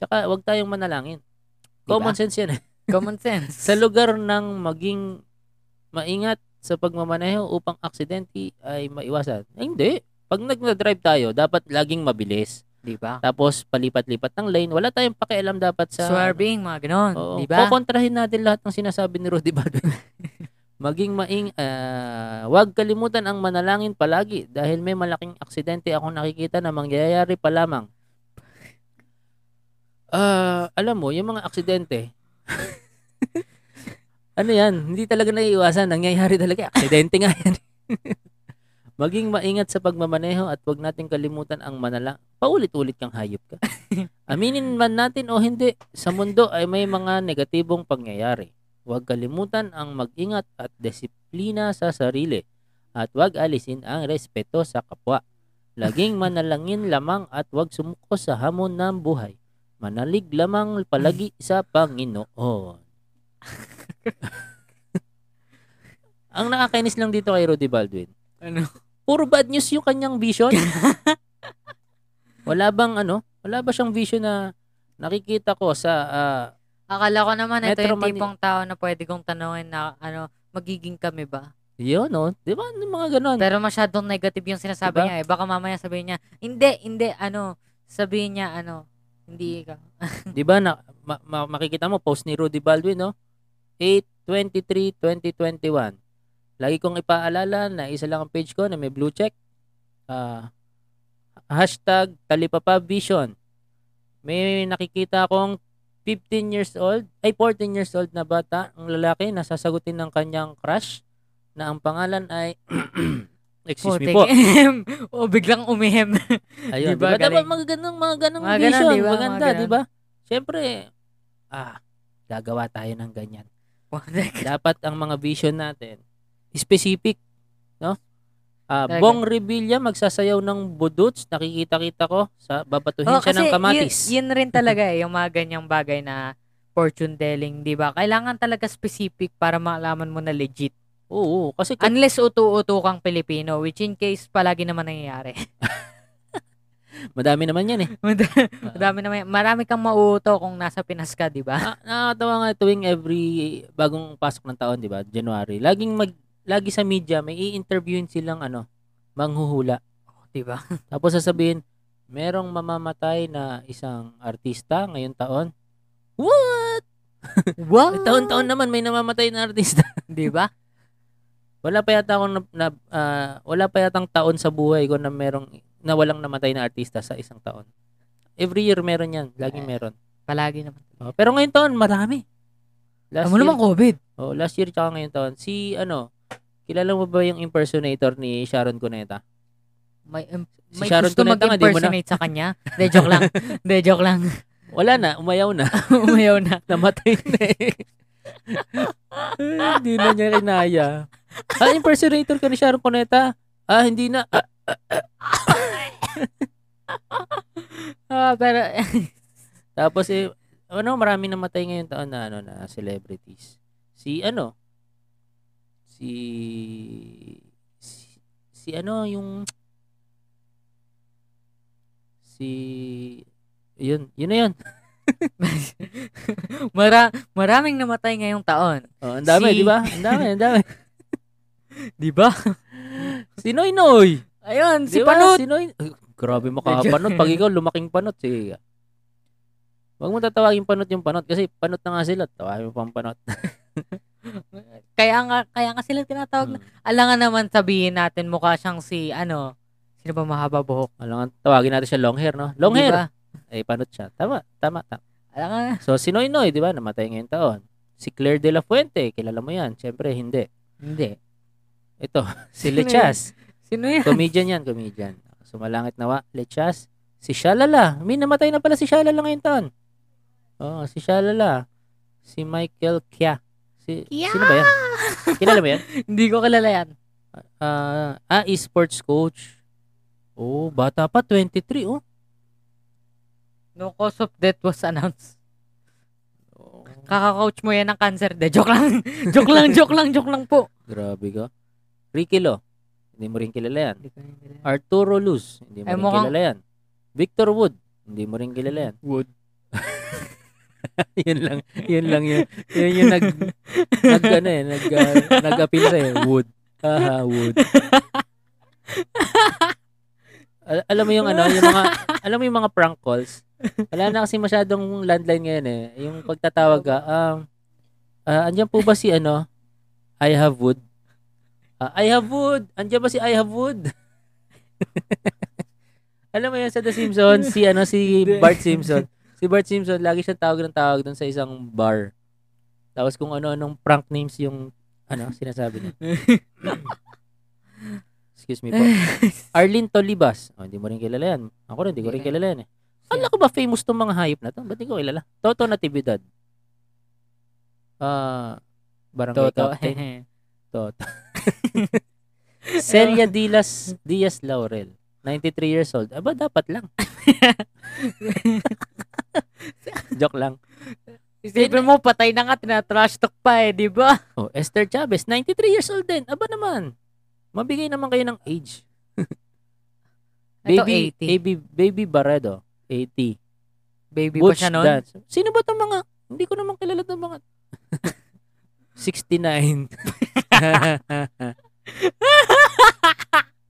A: Tsaka huwag tayong manalangin.
B: Diba?
A: Common sense yan. eh.
B: Common sense.
A: sa lugar ng maging maingat sa pagmamaneho upang aksidente ay maiwasan. Eh, hindi. Pag nagna-drive tayo, dapat laging mabilis.
B: di ba?
A: Tapos palipat-lipat ng lane. Wala tayong pakialam dapat sa...
B: Swerving, mga ganon.
A: Oo.
B: Di ba?
A: Kukontrahin natin lahat ng sinasabi ni Rudy Baldwin. Maging maing, ah, wag kalimutan ang manalangin palagi dahil may malaking aksidente akong nakikita na mangyayari pa lamang. Ah, alam mo, yung mga aksidente, ano yan, hindi talaga naiiwasan. Nangyayari talaga. Aksidente nga yan. Maging maingat sa pagmamaneho at huwag natin kalimutan ang manala. Paulit-ulit kang hayop ka. Aminin man natin o hindi, sa mundo ay may mga negatibong pangyayari. Huwag kalimutan ang mag-ingat at disiplina sa sarili at huwag alisin ang respeto sa kapwa. Laging manalangin lamang at huwag sumuko sa hamon ng buhay. Manalig lamang palagi sa Panginoon. ang nakakainis lang dito kay Rudy Baldwin,
B: Ano?
A: puro bad news yung kanyang vision. wala bang ano? Wala ba siyang vision na nakikita ko sa ah,
B: Akala ko naman ito
A: Metro
B: yung
A: Manila.
B: tipong tao na pwede kong tanungin na ano, magiging kami ba?
A: yun no? Di ba? Yung mga ganon.
B: Pero masyadong negative yung sinasabi
A: Diba?
B: niya eh. Baka mamaya sabihin niya, hindi, hindi, ano, sabihin niya, ano, hindi ikaw.
A: Di ba? Na, ma- ma- makikita mo post ni Rudy Baldwin no? 8-23-2021. Lagi kong ipaalala na isa lang ang page ko na may blue check. Ah, hashtag Talipapa Vision. May nakikita akong 15 years old, ay 14 years old na bata, ang lalaki na sasagutin ng kanyang crush na ang pangalan ay Excuse me
B: Putik.
A: po.
B: o, biglang umihem.
A: Ayun,
B: Diba,
A: diba? Dapat
B: galing?
A: mga ganung mga ganung
B: Mga ganun,
A: vision,
B: diba? Mga
A: maganda,
B: ganun.
A: 'di ba? Syempre ah, gagawa tayo ng ganyan.
B: Putik.
A: Dapat ang mga vision natin specific, no? Ah,
B: Talaga.
A: Bong Revilla magsasayaw ng buduts, nakikita-kita ko sa babatuhin
B: Oh,
A: siya ng
B: kasi
A: kamatis.
B: Yun, yun rin talaga eh, yung mga ganyang bagay na fortune telling, di ba? Kailangan talaga specific para malaman mo na legit.
A: Oo, kasi kung,
B: Unless utu-utu kang Pilipino, which in case palagi naman nangyayari.
A: madami naman 'yan eh.
B: Madami naman, marami kang mauuto kung nasa Pinas ka, di
A: Ah,
B: ba?
A: nakakatawa nga tuwing every bagong pasok ng taon, 'di ba? January. Laging mag lagi sa media may i-interviewin silang ano, manghuhula. Oh,
B: Di ba?
A: Tapos sasabihin, merong mamamatay na isang artista ngayong taon. What?
B: Wow!
A: Taon-taon naman may namamatay na artista.
B: Di ba?
A: wala pa yata akong na, na- ah, wala pa yatang taon sa buhay ko na merong na walang namatay na artista sa isang taon. Every year meron 'yan, laging meron.
B: Palagi naman.
A: Oh, pero ngayong taon marami. Last
B: Ano naman COVID?
A: oh, last year tsaka ngayong taon si ano, kilala mo ba yung impersonator ni Sharon Cuneta?
B: May, um,
A: Si
B: may
A: Sharon
B: gusto
A: Cuneta nga, di mo na-
B: mag-impersonate sa kanya. De, joke lang. De, joke lang.
A: Wala na, umayaw na.
B: Umayaw na.
A: Namatay na eh. Ay, hindi na niya kinaya. Ah, impersonator ka ni Sharon Cuneta? Ah, hindi na. Ah,
B: Ah, pero,
A: tapos eh, ano, marami namatay ngayong taon na ano na celebrities. Si ano? Si si, si ano yung si yun, yun na yun.
B: mara, maraming namatay ngayong taon.
A: Oh, ang dami,
B: Si-
A: di ba? Ang dami, ang dami.
B: Di ba?
A: Si Noy Noy.
B: Ayun, si
A: Di ba?
B: Panut.
A: Si Noy. Diba? Ay, Grabe mo ka
B: Medyo-
A: panot. Pag ikaw lumaking panot, si... Huwag mo tatawagin panot yung panot kasi panot na nga sila. Tawagin mo pang panot.
B: Kaya nga, kaya nga sila tinatawag na.
A: Hmm.
B: Alangan naman sabihin natin mukha siyang si, ano, sino ba mahaba buhok?
A: Alam nga, tawagin natin siya long hair, no? Long
B: Di
A: hair.
B: ba?
A: Eh, panot siya. Tama, tama, tama.
B: Alangan.
A: So, si Noy Noy, di ba? Namatay ngayong taon. Si Claire de la Fuente, kilala mo yan. Siyempre, hindi.
B: Hindi.
A: Ito, si
B: Sino
A: Lechas.
B: Sino yan?
A: Comedian yan, comedian. Sumalangit nawa, Lechas. Si Shalala. May namatay na pala si Shalala ngayong taon. Oo, si Shalala. Si Michael Kya. Si,
B: Kya!
A: Sino ba yan? Kilala mo yan?
B: Hindi ko kilala yan.
A: Ah, ah, sports coach. Oh, bata pa, 23, oh. Oh,
B: No cause of death was announced. Kakakouch mo yan ng cancer. De, joke lang. joke lang, joke lang, joke lang po.
A: Grabe ka. Ricky Lo. Hindi mo rin kilala yan.
B: Hindi ko rin kilala.
A: Arturo Luz. Hindi mo
B: Ay,
A: rin
B: mukhang-
A: kilala yan. Victor Wood. Hindi mo rin kilala yan.
B: Wood.
A: yun lang. Yun lang yun. Yun yung nag, nag, ano eh, nag, ah, nag-appeal sa'yo. Wood. Haha, Wood. Al- alam mo yung ano, yung mga, alam mo yung mga prank calls? Wala na kasi masyadong landline ngayon eh. Yung pagtatawag ka, um, ah, andyan po ba si ano, I have wood? Ah, I have wood! Andyan ba si I have wood? alam mo yun sa The Simpsons, si ano, si
B: Hindi.
A: Bart Simpson. Si Bart Simpson, lagi siya tawag ng tawag doon sa isang bar. Tapos kung ano-anong prank names yung ano, sinasabi niya. Excuse me po. Arlene Tolibas. Oh, hindi mo rin kilala yan. Ako rin, hindi ko rin
B: Hindi
A: kilala yan eh. Kala ko ba famous tong mga hayop na to? Ba't hindi ko kilala? Toto Natividad. Ah, barangay
B: Toto.
A: captain. Toto. Celia Dilas Diaz Laurel. 93 years old. Aba, dapat lang. Joke lang.
B: Isipin mo, patay na nga, tinatrash talk pa eh, di ba?
A: Oh, Esther Chavez, 93 years old din. Aba naman. Mabigay naman kayo ng age.
B: Ito,
A: Baby,
B: 80.
A: Baby, baby Barredo, 80.
B: Baby
A: Butch
B: pa siya nun?
A: Dance. Sino ba itong mga, hindi ko naman kilala itong mga, 69.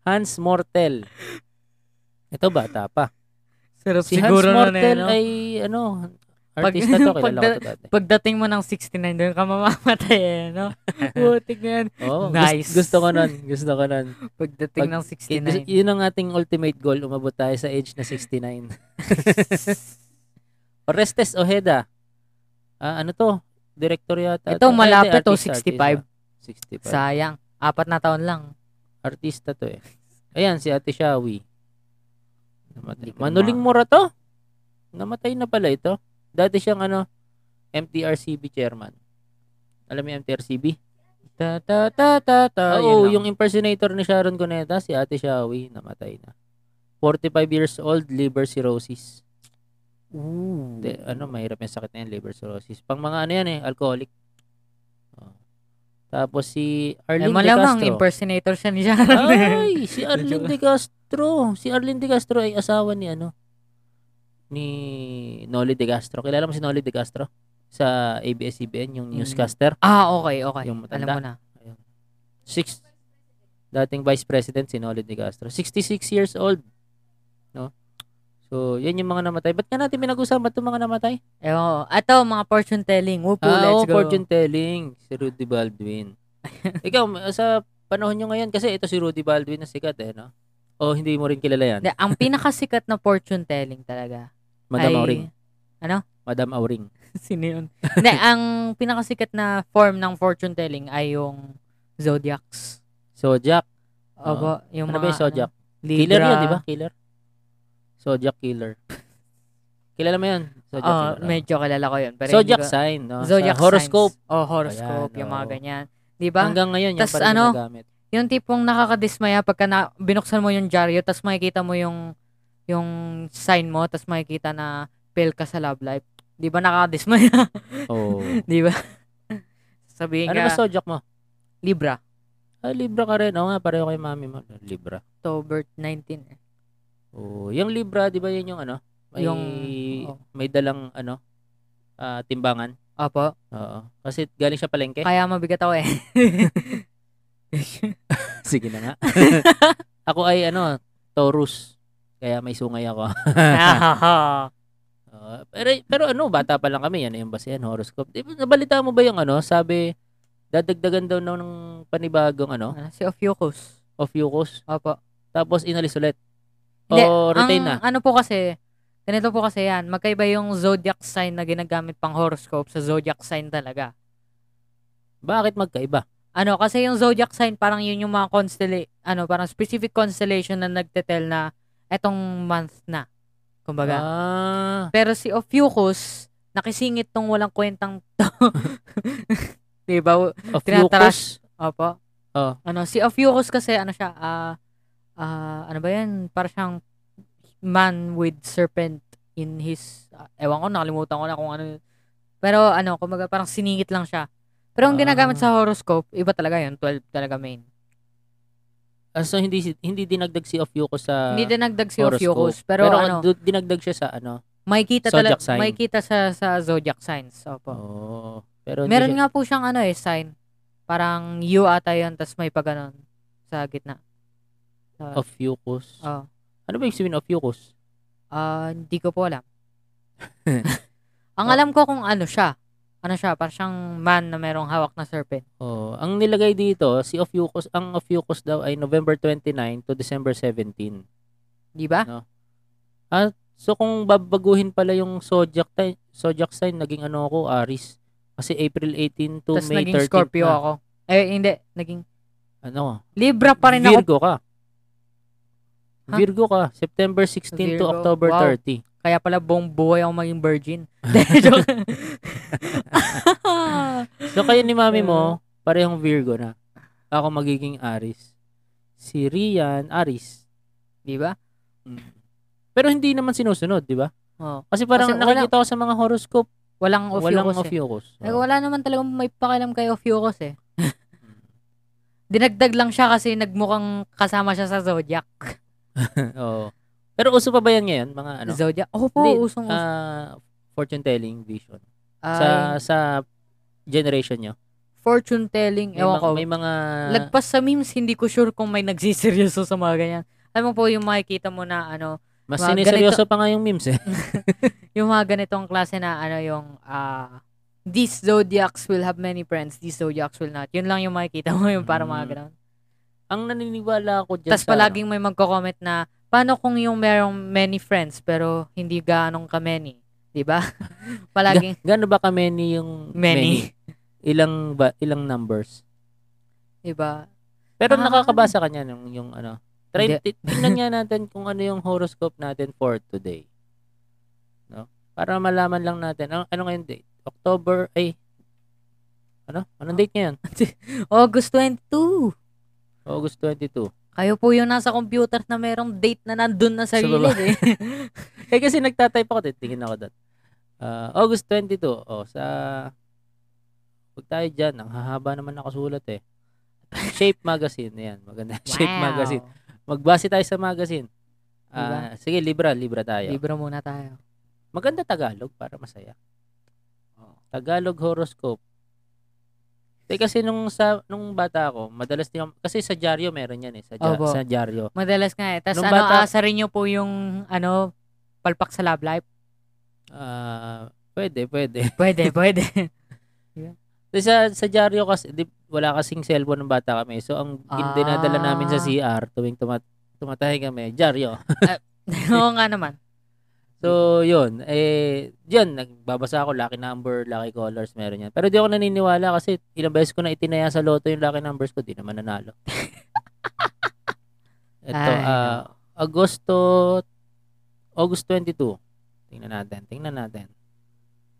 A: Hans Mortel. Ito bata pa.
B: Sarap
A: Si
B: siguro
A: Hans
B: nun eh,
A: Mortel
B: no?
A: ay, ano,
B: Pag-
A: artista to, kilala ko
B: pagda-
A: to dati.
B: Pagdating mo ng 69, doon ka mamamatay eh, no? Putik na yan.
A: Oh,
B: Nice.
A: Gusto ko nun, gusto ko nun.
B: Pagdating
A: Pag-
B: ng
A: It- yun ang ating ultimate goal, umabot tayo sa age na 69.
B: 69.
A: Orestes Ojeda. Ah, ano to? Director yata. Ay,
B: Ito,
A: hindi,
B: malapit to,
A: artista,
B: 65.
A: artista. 65.
B: Sayang. Apat na taon lang.
A: artista to eh. Ayan, si Ate Shawi. Namatay.
B: Hindi ko
A: Manuling
B: ma-
A: Mura to? Namatay na pala ito. Dati siyang ano, MTRCB chairman. Alam mo yung MTRCB?
B: Ta ta ta ta ta.
A: Oo,
B: yun lang.
A: yung impersonator ni Sharon Cuneta, si Ate Shawi, namatay na. 45 years old, liver cirrhosis.
B: Ooh.
A: Hindi, ano, mahirap yung sakit na yan, liver cirrhosis. Pang mga ano yan eh, alcoholic. Oh. Tapos si
B: Eh,
A: Arlene De
B: malamang
A: Castro.
B: impersonator siya ni Sharon.
A: Ay, si Arlene
B: Medyo-
A: De Castro. Si Arlene De Castro ay asawa ni ano? Ni Nolly De Castro. Kilala mo si Nolly De Castro? Sa ABS-CBN, yung
B: Mm.
A: newscaster.
B: ah, okay, okay.
A: Yung matanda.
B: Alam mo na.
A: Six, dating Vice President si Nolly De Castro. 66 years old. No? So, yan yung mga namatay. Ba't nga natin pinag-usapan itong mga namatay?
B: Ewan ko. Ato, mga fortune telling. Whoop,
A: Ah, oo,
B: let's go.
A: fortune telling. Si Rudy Baldwin. Ikaw, ma- sa panahon nyo ngayon, kasi ito si Rudy Baldwin na sikat eh, no? O hindi mo rin kilala yan?
B: Hindi, ang pinakasikat na fortune telling talaga.
A: Madam
B: ay-
A: Auring.
B: Ano?
A: Madam Auring.
B: Sino yun? Hindi, ang pinakasikat na form ng fortune telling ay yung zodiacs.
A: Zodiac. Oo.
B: Opo, yung
A: Ano
B: mga...
A: ba yung Zodiac?
B: ano,
A: Killer
B: Libra.
A: yun, di ba? Killer. Zodiac killer. Kilala mo yun? Zodiac
B: Oo,
A: killer.
B: medyo kilala ko yun. Ah, Pero
A: Zodiac
B: hindi ko-
A: sign. No? Sa
B: Zodiac
A: horoscope.
B: signs. Oh, horoscope,
A: Ayan,
B: yung mga
A: oo.
B: ganyan. Di ba?
A: Hanggang ngayon, yung
B: Tas
A: pa rin
B: ano?
A: ginagamit.
B: yung tipong nakakadismaya pagka na, binuksan mo yung dyaryo, tapos makikita mo yung yung sign mo, tapos makikita na fail ka sa love life. Di ba nakakadismaya?
A: Oo.
B: Di ba? Sabihin
A: ano
B: ka,
A: ba zodiac mo?
B: Libra.
A: Ah, Libra ka rin. Oo nga, pareho kay mami mo. Libra.
B: October 19. eh.
A: Oo. Yung Libra, di ba yun yung ano? May,
B: Yung, oo.
A: may dalang ano? ah, timbangan.
B: Opo.
A: Oo. Kasi galing siya palengke.
B: Kaya mabigat ako eh.
A: Sige na nga. ako ay ano, Taurus. Kaya may sungay ako. Ah. Oo, pero pero ano, bata pa lang kami, yan yung base yan, horoscope. Di, ba, nabalita mo ba yung ano, sabi dadagdagan daw na ng panibagong ano,
B: Ano, si Ophiuchus.
A: of Yukos,
B: Opo.
A: tapos inalis ulit. O
B: Hindi,
A: Oh, retain na.
B: Ang ano po kasi, ganito po kasi yan, magkaiba yung zodiac sign na ginagamit pang horoscope sa zodiac sign talaga.
A: Bakit magkaiba?
B: Ano, kasi yung zodiac sign, parang yun yung mga constellation, ano, parang specific constellation na nagtetel na etong month na. Kumbaga.
A: Ah,
B: Pero si Ophiuchus, nakisingit tong walang kwentang to. diba?
A: of
B: Tinatarash.
A: Yukos.
B: Opo.
A: Oo.
B: Ano, si Ophiuchus kasi, ano siya, ah, ah, ano ba yan? Parang siyang man with serpent in his, ah, ewan ko, nakalimutan ko na kung ano, Pero ano, kumbaga parang siningit lang siya. Pero ang
A: Ah.
B: ginagamit sa horoscope, iba talaga yun. 12 talaga main.
A: Ah, so hindi si- hindi dinagdag si Ofyuko sa
B: Hindi dinagdag si
A: Ah, horoscope.
B: Ophiuchus. Pero,
A: pero
B: ano,
A: du- dinagdag siya sa ano.
B: may kita
A: zodiac
B: talaga,
A: sign.
B: may kita sa, sa zodiac signs. Opo.
A: Oo. Pero hindi
B: Meron
A: siya-
B: nga po siyang ano eh, sign. Parang U ata yun, tas may paganon sa gitna. Sa,
A: Ofyukus.
B: oh.
A: Ano ba yung sabihin ng Ofyukus?
B: Ah, hindi ko po alam.
A: Oh.
B: Ang alam ko kung ano siya. Ano siya, parang siyang man na merong hawak na serpent.
A: Oh, ang nilagay dito, si Ofyukus, ang Ofyukus daw ay November 29 to December 17.
B: Di ba?
A: So kung babaguhin pala yung zodiac ti- zodiac sign naging ano ako Aries kasi April 18 to
B: Tapos
A: May
B: naging
A: 13
B: Scorpio
A: na.
B: ako. Eh, hindi. Naging
A: Ano?
B: Libra pa rin ako.
A: Virgo ka.
B: Ha?
A: Virgo ka, September 16 to
B: Virgo.
A: October
B: Wow.
A: 30.
B: Kaya pala buong buhay ako maging virgin. Hindi, joke.
A: So kayo ni mami mo, parehong Virgo na. Ako magiging Aries. Si Rian, Aries.
B: Di ba?
A: Pero hindi naman sinusunod, di ba?
B: Oo.
A: Kasi parang
B: Oh. Kasi wala-
A: nakikita ko sa mga horoscope,
B: Walang of
A: walang
B: Yokos eh.
A: Ophiuchus.
B: Like,
A: Oo.
B: wala naman talagang may pakialam kay of Yokos eh. Dinagdag lang siya kasi nagmukhang kasama siya sa Zodiac.
A: Oo. Pero uso pa ba yan ngayon, mga ano?
B: Zodiac? Oo po,
A: Hindi,
B: usong uso.
A: ah, fortune telling vision.
B: Ah,
A: sa sa generation nyo.
B: fortune telling.
A: May,
B: Ewan
A: mga-
B: ko.
A: may mga
B: Lagpas sa memes, hindi ko sure kung may nagsiseryoso sa mga ganyan. Alam mo po yung makikita mo na ano,
A: mas
B: mga
A: siniseryoso pa nga yung memes eh.
B: yung mga ganitong klase na ano yung ah, these zodiacs will have many friends, these zodiacs will not. Yun lang yung makikita mo yung para mga
A: Mm.
B: ganun.
A: Ang naniniwala ko dyan sa
B: Tapos
A: ano.
B: palaging may magko-comment na paano kung yung merong many friends pero hindi gaanong ka many, 'di ba?
A: ano,
B: palaging
A: ga- gaano ba kami ni yung
B: many,
A: Ilang ba ilang numbers?
B: 'di ba?
A: Pero
B: Ah.
A: nakakabasa ka niya ng yung ano. Try
B: Hindi.
A: ti- tingnan nga natin kung ano yung horoscope natin for today. No? Para malaman lang natin ano, ano ngayon date? October ay ano? Anong date ngayon?
B: August 22.
A: August 22.
B: Kayo po yung nasa computer na merong date na nandun na sa
A: Sa
B: gilid eh.
A: Eh kasi nagtatype ako, dito. tingin ako doon. Ah, August 22. Oh, sa Huwag tayo dyan. Ang hahaba naman nakasulat eh. Shape Magazine. Ayan, maganda. Shape
B: Wow.
A: Magazine. Magbase tayo sa magazine. Ah, Sige, Libra. Libra tayo.
B: Diba? Libra muna tayo.
A: Maganda Tagalog para masaya.
B: Oh.
A: Tagalog horoscope. Eh, kasi nung sa nung bata ako, madalas din ako- kasi sa dyaryo meron yan eh, sa, dya-
B: Opo.
A: sa dyaryo.
B: Madalas nga eh. Tapos
A: Nung
B: ano,
A: bata-
B: aasarin nyo po yung, ano, palpak sa love life.
A: Ah, pwede, pwede.
B: Pwede, pwede.
A: Kasi sa, sa dyaryo kasi, di, wala kasing cellphone ng bata kami. So, ang ah.
B: Ah.
A: dinadala namin sa CR tuwing tumat tumatay kami, dyaryo.
B: Oo nga naman.
A: So, yun. Eh, yun, nagbabasa ako, lucky number, lucky colors, meron yan. Pero di ako naniniwala kasi ilang beses ko na itinaya sa loto yung lucky numbers ko, di naman nanalo. Ito,
B: Ay,
A: ah, Agosto, August 22. Tingnan natin, tingnan natin.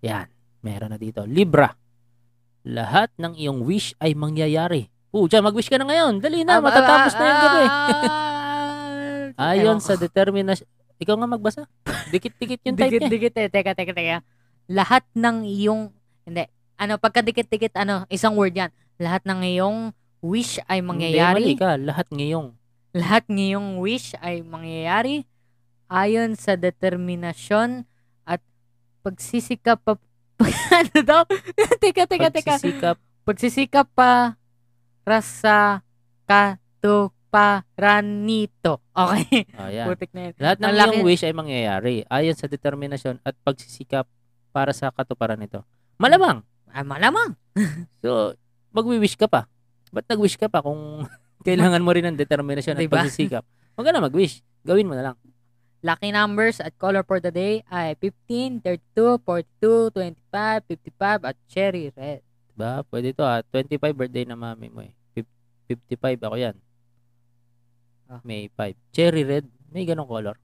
A: Yan, meron na dito. Libra. Lahat ng iyong wish ay mangyayari. Pucha, mag-wish ka na ngayon. Dali na,
B: Ah,
A: matatapos
B: ah,
A: na yung gabi.
B: ah,
A: Ayon
B: ewan
A: sa determinasyon. Ikaw nga magbasa. Dikit-dikit
B: ko.
A: yung type niya.
B: Dikit-dikit eh. Teka, teka, teka. Lahat ng iyong, hindi, ano, pagkadikit-dikit, ano, isang word yan. Lahat ng iyong wish
A: Hindi,
B: ay
A: mali
B: mangyayari.
A: ka. Lahat ngayong.
B: Lahat ng iyong wish ay mangyayari ayon sa determinasyon at pagsisikap pa, ano daw? teka, teka, teka.
A: Pagsisikap.
B: pagsisikap pa rasa katuparan nito. Okay.
A: Ayan.
B: Putik na yun.
A: Lahat ng
B: Malaki.
A: iyong wish ay mangyayari ayon sa determinasyon at pagsisikap para sa katuparan nito. Malamang.
B: Ah, malamang.
A: So, magwi-wish ka pa. Ba't nag-wish ka pa kung kailangan mo rin ng determinasyon at
B: Diba?
A: pagsisikap? Huwag ka na mag-wish. Gawin mo na lang.
B: Lucky numbers at color for the day ay 15, 32, 42, 25, 55, at cherry red.
A: Diba? Pwede to ah. 25 birthday na mami mo eh. Fif- 55 ako yan.
B: Ah.
A: May 5. Cherry red. May ganong color.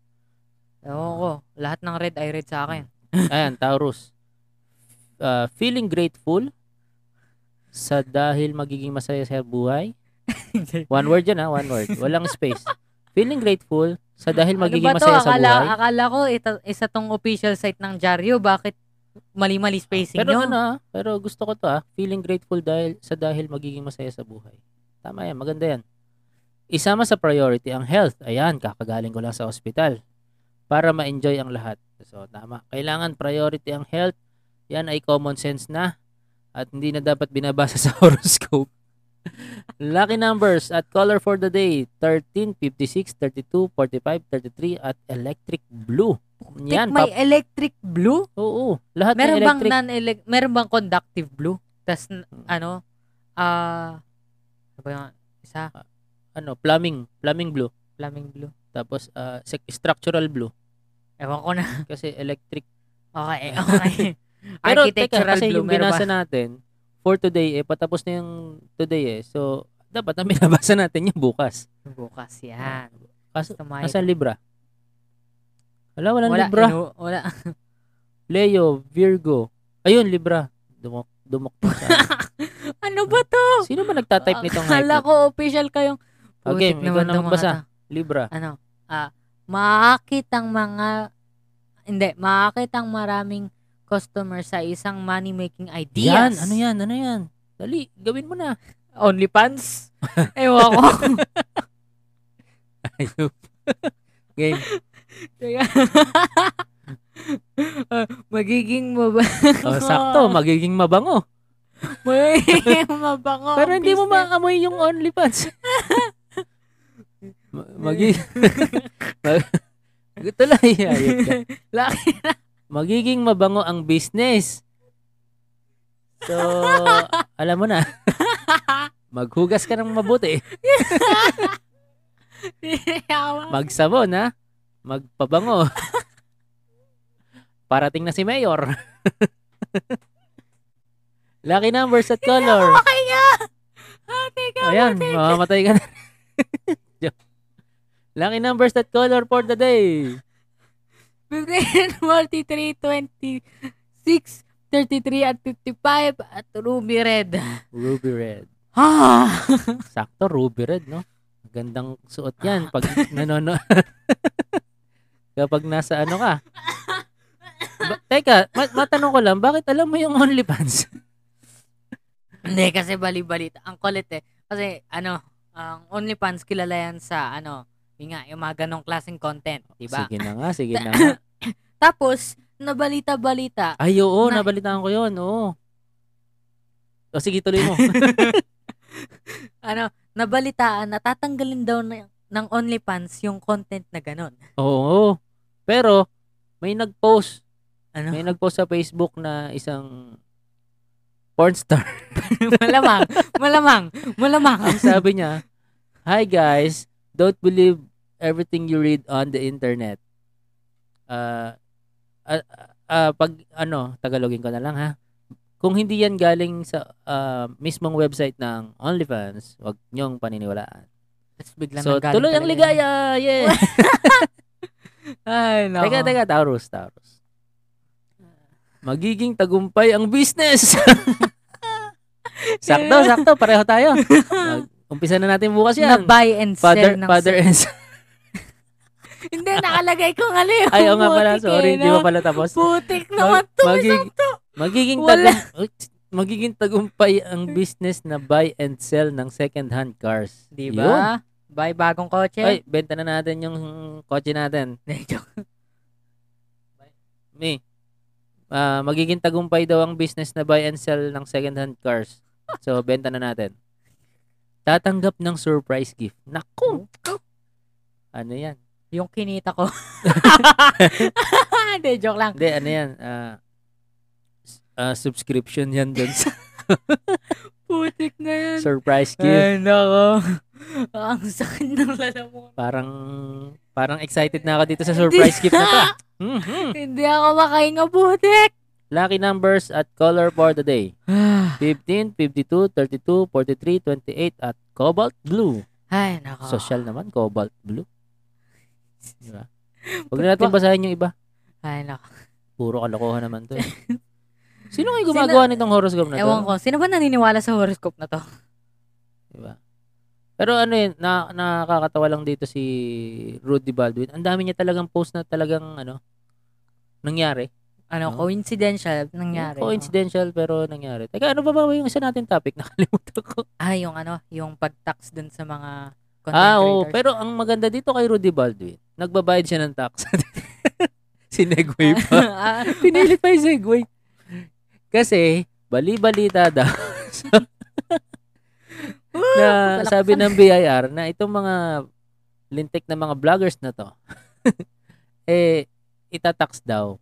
B: Ewan ko. Lahat ng red ay red sa akin.
A: Ayan, Taurus. Uh, feeling grateful sa dahil magiging masaya sa buhay. One word yan ha, one word. Walang space. Feeling grateful sa dahil magiging
B: ano ba to?
A: masaya sa
B: akala,
A: buhay.
B: Akala ko ita- isa tong official site ng dyaryo. Bakit mali-mali spacing
A: Pero
B: nyo.
A: ano ah, pero gusto ko to ah. Feeling grateful dahil sa dahil magiging masaya sa buhay. Tama yan, maganda yan. Isama sa priority ang health. Ayan, kakagaling ko lang sa ospital. Para ma-enjoy ang lahat. So, tama. Kailangan priority ang health. Yan ay common sense na. At hindi na dapat binabasa sa horoscope. Lucky numbers at color for the day. 13, 56, 32, 45, 33 at electric blue. Yan,
B: Tek, may electric blue?
A: Oo, lahat ng
B: Meron bang
A: electric. Hmm.
B: non-elec meron bang conductive blue? Tas n- ano ah ano ba yung isa
A: ano, plumbing, plumbing blue.
B: flaming blue.
A: Tapos ah, sec- structural blue
B: Ewan ko na.
A: kasi electric.
B: Okay, okay.
A: Pero teka,
B: Architectural
A: kasi
B: blue
A: yung
B: meron ba?
A: binasa natin for today eh patapos na yung today eh. So dapat ang binabasa natin yung bukas.
B: Bukas yan.
A: Kaso
B: Tumayo.
A: nasaan libra? Wala, walang
B: wala, eh,
A: libra.
B: inu- wala.
A: Leo, Virgo. Ayun, libra. Dumok, dumok. sa akin.
B: ano ba to?
A: Sino ba nagtatype nitong
B: Akala
A: hype?
B: ko official kayong
A: Okay,
B: Putik
A: Oh, ikaw na
B: tong mga
A: magbasa.
B: to.
A: Libra.
B: ano, ah, maakit ang mga, hindi, maakit ang maraming customer sa isang money-making
A: Yan,
B: ideas.
A: ano yan, ano yan? Dali, gawin mo na.
B: OnlyFans? Ewan ko.
A: Ayun. Game.
B: Teka. Ah, magiging maba-
A: Oh, sakto, magiging mabango.
B: magiging mabango.
A: Pero
B: ang eh.
A: hindi mo
B: business.
A: maamoy yung OnlyFans. Ma- Magi... Mag- Tuloy, ayot ka.
B: Laki.
A: Magiging mabango ang business. So, alam mo na. Maghugas ka ng mabuti.
B: Yawa.
A: Magsabon, ha? Magpabango. Parating na si Mayor. Lucky numbers at color.
B: Okay nga. Ah, teka.
A: Ayan, Oh, mamamatay ka na. Joke. Lucky numbers that color for the day.
B: 15, 43, 26, 33, at 55, at ruby red.
A: Ruby red.
B: Ah!
A: Sakto, ruby red, no? Gandang suot yan pag nanono. Kapag nasa ano ka. Ba- teka, ma- matanong ko lang, bakit alam mo yung OnlyFans?
B: Hindi, kasi bali-balita. Ang kulit eh. Kasi, ano, ang OnlyFans kilala yan sa, ano, yun nga, yung mga ganong klaseng content, di ba?
A: Sige na nga, sige na nga.
B: Tapos, nabalita-balita.
A: Ay, oo,
B: Na-
A: nabalitaan ko yun, oo. O sige, tuloy mo.
B: Ano, nabalitaan na tatanggalin daw na, ng OnlyFans yung content na ganon.
A: oo. Pero, may nag-post
B: Ano?
A: May nagpost sa Facebook na isang porn star.
B: malamang, malamang, malamang.
A: Ang sabi niya, Hi guys, don't believe everything you read on the internet. Ah, ah, ah, pag ano, tagalogin ko na lang ha. Kung hindi yan galing sa ah, mismong website ng OnlyFans, wag niyong paniniwalaan.
B: Tapos biglang
A: So,
B: nanggaling
A: tuloy ang
B: talaga yun.
A: ligaya! Yeah!
B: Ay, nako.
A: Teka, teka, Taurus, Taurus. Ah. Magiging tagumpay ang business. sakto, sakto, pareho tayo. Mag- umpisa na natin bukas
B: Na
A: yan.
B: buy and
A: Father,
B: sell Ah. ng
A: father and son.
B: Hindi, nakalagay ko nga yun.
A: Ay, oo nga pala,
B: Putik, eh,
A: sorry, hindi
B: no?
A: pa pala tapos.
B: Putik naman
A: Mag-
B: to.
A: magig-
B: isang to.
A: Magiging
B: Wala.
A: tagum- Uy, tsk, magiging tagumpay ang business na buy and sell ng second-hand cars.
B: Di
A: Yun.
B: ba? Buy bagong kotse.
A: Ay, benta na natin yung kotse natin.
B: Joke.
A: May, ah, magiging tagumpay daw ang business na buy and sell ng second-hand cars. So, benta na natin. Tatanggap ng surprise gift. Naku! Ano yan?
B: yung kinita ko. Hindi, joke lang.
A: Hindi, ano yan? Ah, s- ah, subscription yan dun sa
B: Putik na yan.
A: surprise gift.
B: Ay, nako. Ang sakit ng lalamunan.
A: Parang parang excited na ako dito sa surprise gift na to. ah. Mhm.
B: Hindi ako makahinga putik.
A: Lucky numbers at color for the day. 15, 52, 32, 43, 28 at cobalt blue.
B: Ay, nako.
A: Social naman, cobalt blue. Di ba? Huwag na natin basahin yung iba.
B: Ay, nako.
A: Puro kalokohan naman to. eh. Sino kayo gumagawa nitong horoscope na to?
B: Ewan ko, sino ba naniniwala sa horoscope na to?
A: Di ba? Pero ano yun, na, nakakatawa lang dito si Rudy Baldwin. Ang dami niya talagang post na talagang ano, nangyari.
B: ano,
A: No?
B: coincidental nangyari. no?
A: Coincidental pero nangyari. Teka, ano ba ba yung isa natin topic? Nakalimutan ko.
B: Ah, yung ano, yung pag-tax dun sa mga content
A: Ah, oo.
B: creators.
A: Pero ang maganda dito kay Rudy Baldwin, nagbabayad siya ng tax. Sinegway pa.
B: Ah,
A: Pinilit pa yung segway. Kasi, bali-balita daw sa- na
B: palakpakan.
A: sabi ng BIR na itong mga lintik na mga vloggers na to, eh, itatax daw.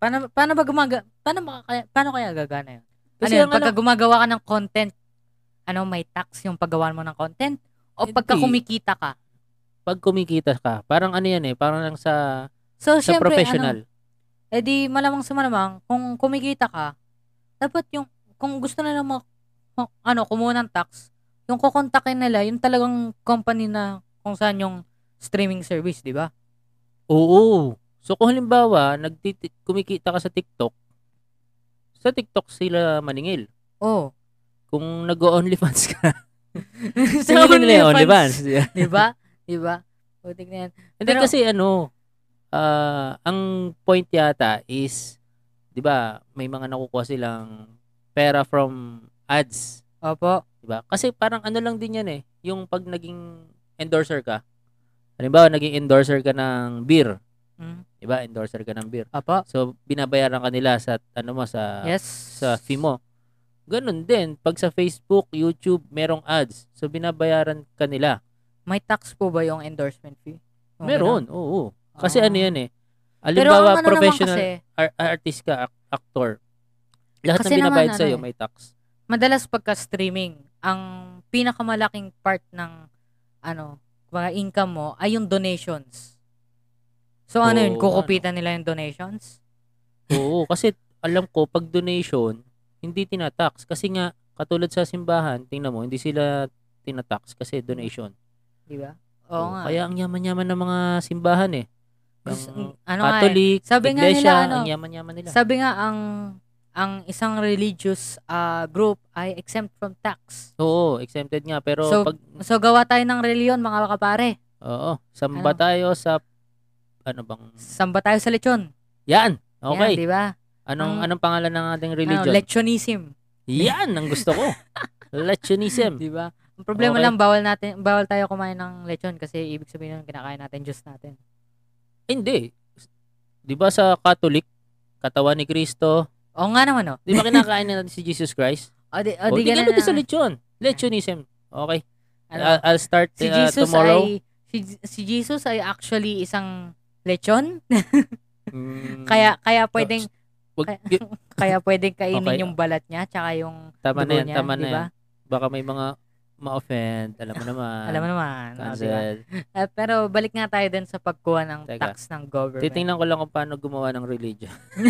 B: paano, paano ba gumaga, paano, ba kaya, paano kaya gagana yun?
A: Kasi
B: ano yun,
A: ang
B: pagka
A: alam-
B: gumagawa ka ng content, ano, may tax yung paggawa mo ng content? O
A: Hindi.
B: pagka kumikita ka?
A: pag kumikita ka, parang ano yan eh, parang lang sa,
B: So,
A: sa
B: syempre, ano,
A: professional.
B: eh di malamang sa malamang, kung kumikita ka, dapat yung, kung gusto na lang ma- ma- ano, kumuha ng tax, yung kukontakin nila, yung talagang company na kung saan yung streaming service, di ba?
A: Oo. So kung halimbawa, nagtiti- kumikita ka sa TikTok, sa TikTok sila maningil. Oh.
B: Oo.
A: Kung nag-OnlyFans ka,
B: Sa
A: sinigil nila yung
B: OnlyFans.
A: OnlyFans. Yeah.
B: Di ba? Di ba? Putik na yan.
A: Hindi
B: Pero-
A: kasi ano, ah, ang point yata is, di ba, may mga nakukuha silang pera from ads.
B: Opo.
A: Di ba? Kasi parang ano lang din yan eh, yung pag naging endorser ka. Halimbawa, naging endorser ka ng beer.
B: Mm.
A: Di ba? Endorser ka ng beer.
B: Opo.
A: So, binabayaran ka nila sa, ano mo, sa
B: yes.
A: sa fee mo. Ganun din, pag sa Facebook, YouTube, merong ads. So, binabayaran ka nila.
B: May tax po ba yung endorsement fee? Yung
A: Meron, oo.
B: ganun?
A: Kasi
B: Ah.
A: ano yan eh.
B: Pero ang
A: Alimbawa,
B: ano
A: professional
B: naman kasi,
A: ar- ah, artist ka, ac- actor. Lahat
B: Kasi
A: ng binabayad
B: naman, ano
A: sa'yo
B: eh.
A: may tax.
B: madalas pagka streaming, ang pinakamalaking part ng ano, mga income mo ay yung donations. So ano yun,
A: Oo,
B: kukupitan nila yung donations?
A: Oo, kasi alam ko, pag donation, hindi tinatax. Kasi nga, katulad sa simbahan, tingnan mo, hindi sila tinatax kasi donation.
B: Di ba? Oo nga.
A: Kaya ang yaman-yaman ng mga simbahan eh.
B: Gusto-
A: Ang
B: ano nga eh,
A: Catholic,
B: Sabi nga
A: Iglesia,
B: nila, ano,
A: ang yaman-yaman nila.
B: sabi nga ang ang isang religious ah, group ay exempt from tax.
A: Oo, exempted nga. Pero
B: So,
A: pag,
B: So gawa tayo ng reliyon mga kapare.
A: oo, samba
B: ano?
A: tayo sa, ano bang,
B: Samba tayo sa lechon.
A: yan!
B: Okay.
A: Okay.
B: Yan, di ba?
A: anong,
B: Ang-
A: anong pangalan ng ating
B: Ano,
A: religion?
B: lechonism.
A: yan! Ang gusto ko. Lechonism.
B: Di ba? Ang problema
A: Okay.
B: lang, bawal natin, bawal tayo kumain ng lechon kasi ibig sabihin nun, kinakain natin juice natin.
A: Hindi. Di ba sa Catholic, katawan ni Kristo,
B: Oo nga naman, no?
A: di ba kinakain na natin si Jesus Christ?
B: O, di, o,
A: O,
B: Ah, di
A: di
B: ganun
A: natin
B: na-
A: sa lechon. Lechonism. Okay.
B: ano,
A: I'll, I'll start
B: si
A: uh,
B: Jesus
A: tomorrow.
B: ay, si, si Jesus ay actually isang lechon.
A: Hmm. Mm,
B: Kaya, kaya pwedeng,
A: wag- gi-
B: kaya pwedeng kainin
A: Okay.
B: yung balat niya, tsaka yung,
A: tama na
B: dugo
A: yan,
B: niya,
A: tama na
B: di ba?
A: yan. Baka may mga ma-offend. Alam mo naman.
B: alam mo naman. o, di ba?
A: Cancel.
B: Eh, pero balik nga tayo din sa pagkuha ng
A: Teka.
B: tax ng government.
A: Titingnan ko lang kung paano gumawa ng religion.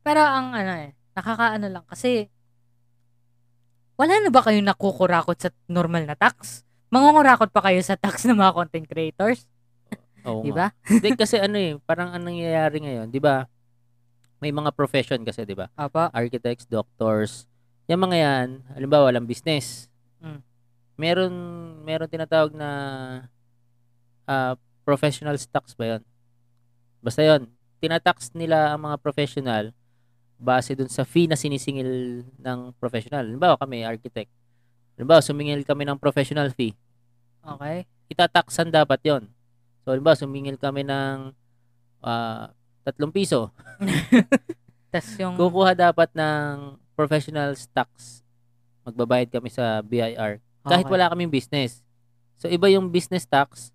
B: Pero ang ano eh, nakakaano lang kasi wala na ba kayong nakukurakot sa normal na tax? Mangungurakot pa kayo sa tax ng mga content creators,
A: Oo
B: di
A: nga.
B: ba?
A: Hindi, kasi ano eh, parang ang nangyayari ngayon, di ba? May mga profession kasi, di ba?
B: Opo.
A: Architects, doctors, yung mga yan, halimbawa, walang business.
B: Mm.
A: Meron, meron tinatawag na ah, professional tax ba yun? Basta yun, tinatax nila ang mga professional base dun sa fee na sinisingil ng professional. Halimbawa, kami, architect. Halimbawa, sumingil kami ng professional fee.
B: Okay.
A: itataksan dapat yon. So, halimbawa, sumingil kami ng ah, tatlong piso.
B: Tapos yung
A: Kukuha dapat ng professional tax. Magbabayad kami sa BIR. Kahit wala kaming business. So, iba yung business tax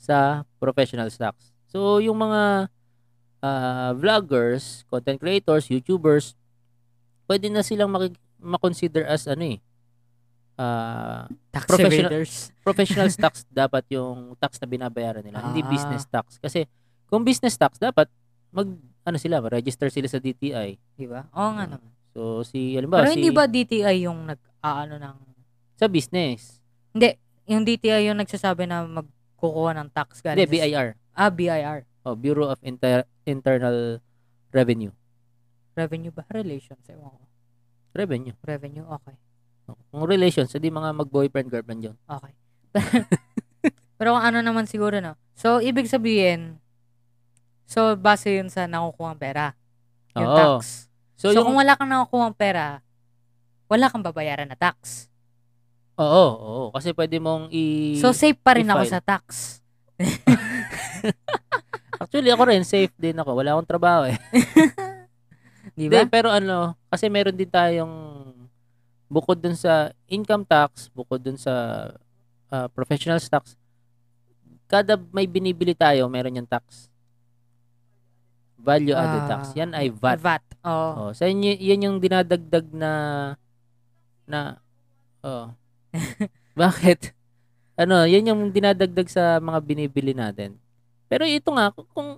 A: sa professional tax. So, yung mga ah, vloggers, content creators, YouTubers, pwede na silang makik- makonsider as ano eh, ah,
B: tax
A: professional-
B: evaders.
A: professional tax dapat yung tax na binabayaran nila, hindi
B: Ah.
A: business tax. Kasi kung business tax dapat mag ano sila, register sila sa DTI.
B: Di ba? Oo nga
A: Mm.
B: naman.
A: So si halimbawa
B: Pero
A: si
B: hindi ba DTI yung nag-aano ng...
A: sa business,
B: Yung DTI yung nagsasabi na magkukuha ng tax galing
A: hindi
B: sa-
A: BIR,
B: Ah, BIR.
A: oh, Bureau of Inter- Internal Revenue.
B: Revenue ba? Relations. Ewan ko.
A: Revenue. Oh,
B: Revenue, okay.
A: Kung relations, hindi mga mag-boyfriend girlfriend 'yon.
B: Okay. Pero kung ano naman siguro, no? So, ibig sabihin, So, base yun sa nakukuha ang pera. Yung
A: Oo.
B: tax.
A: So,
B: So,
A: yung,
B: kung wala kang nakukuha ang pera, wala kang babayaran na tax.
A: oo, oo, kasi pwede mong i...
B: So, safe pa rin
A: i-file.
B: ako sa tax.
A: actually, ako rin, safe din ako. Wala akong trabaho eh.
B: Di
A: Hindi,
B: ba?
A: pero ano, kasi meron din tayong, bukod dun sa income tax, bukod dun sa ah, professional tax, kada may binibili tayo, meron yung tax. Value added
B: Ah,
A: tax. Yan ay VAT.
B: VAT. Oo.
A: Oh, so yun, y- yun yung dinadagdag na na oh. Bakit? Ano, yun yung dinadagdag sa mga binibili natin. Pero ito nga kung- kung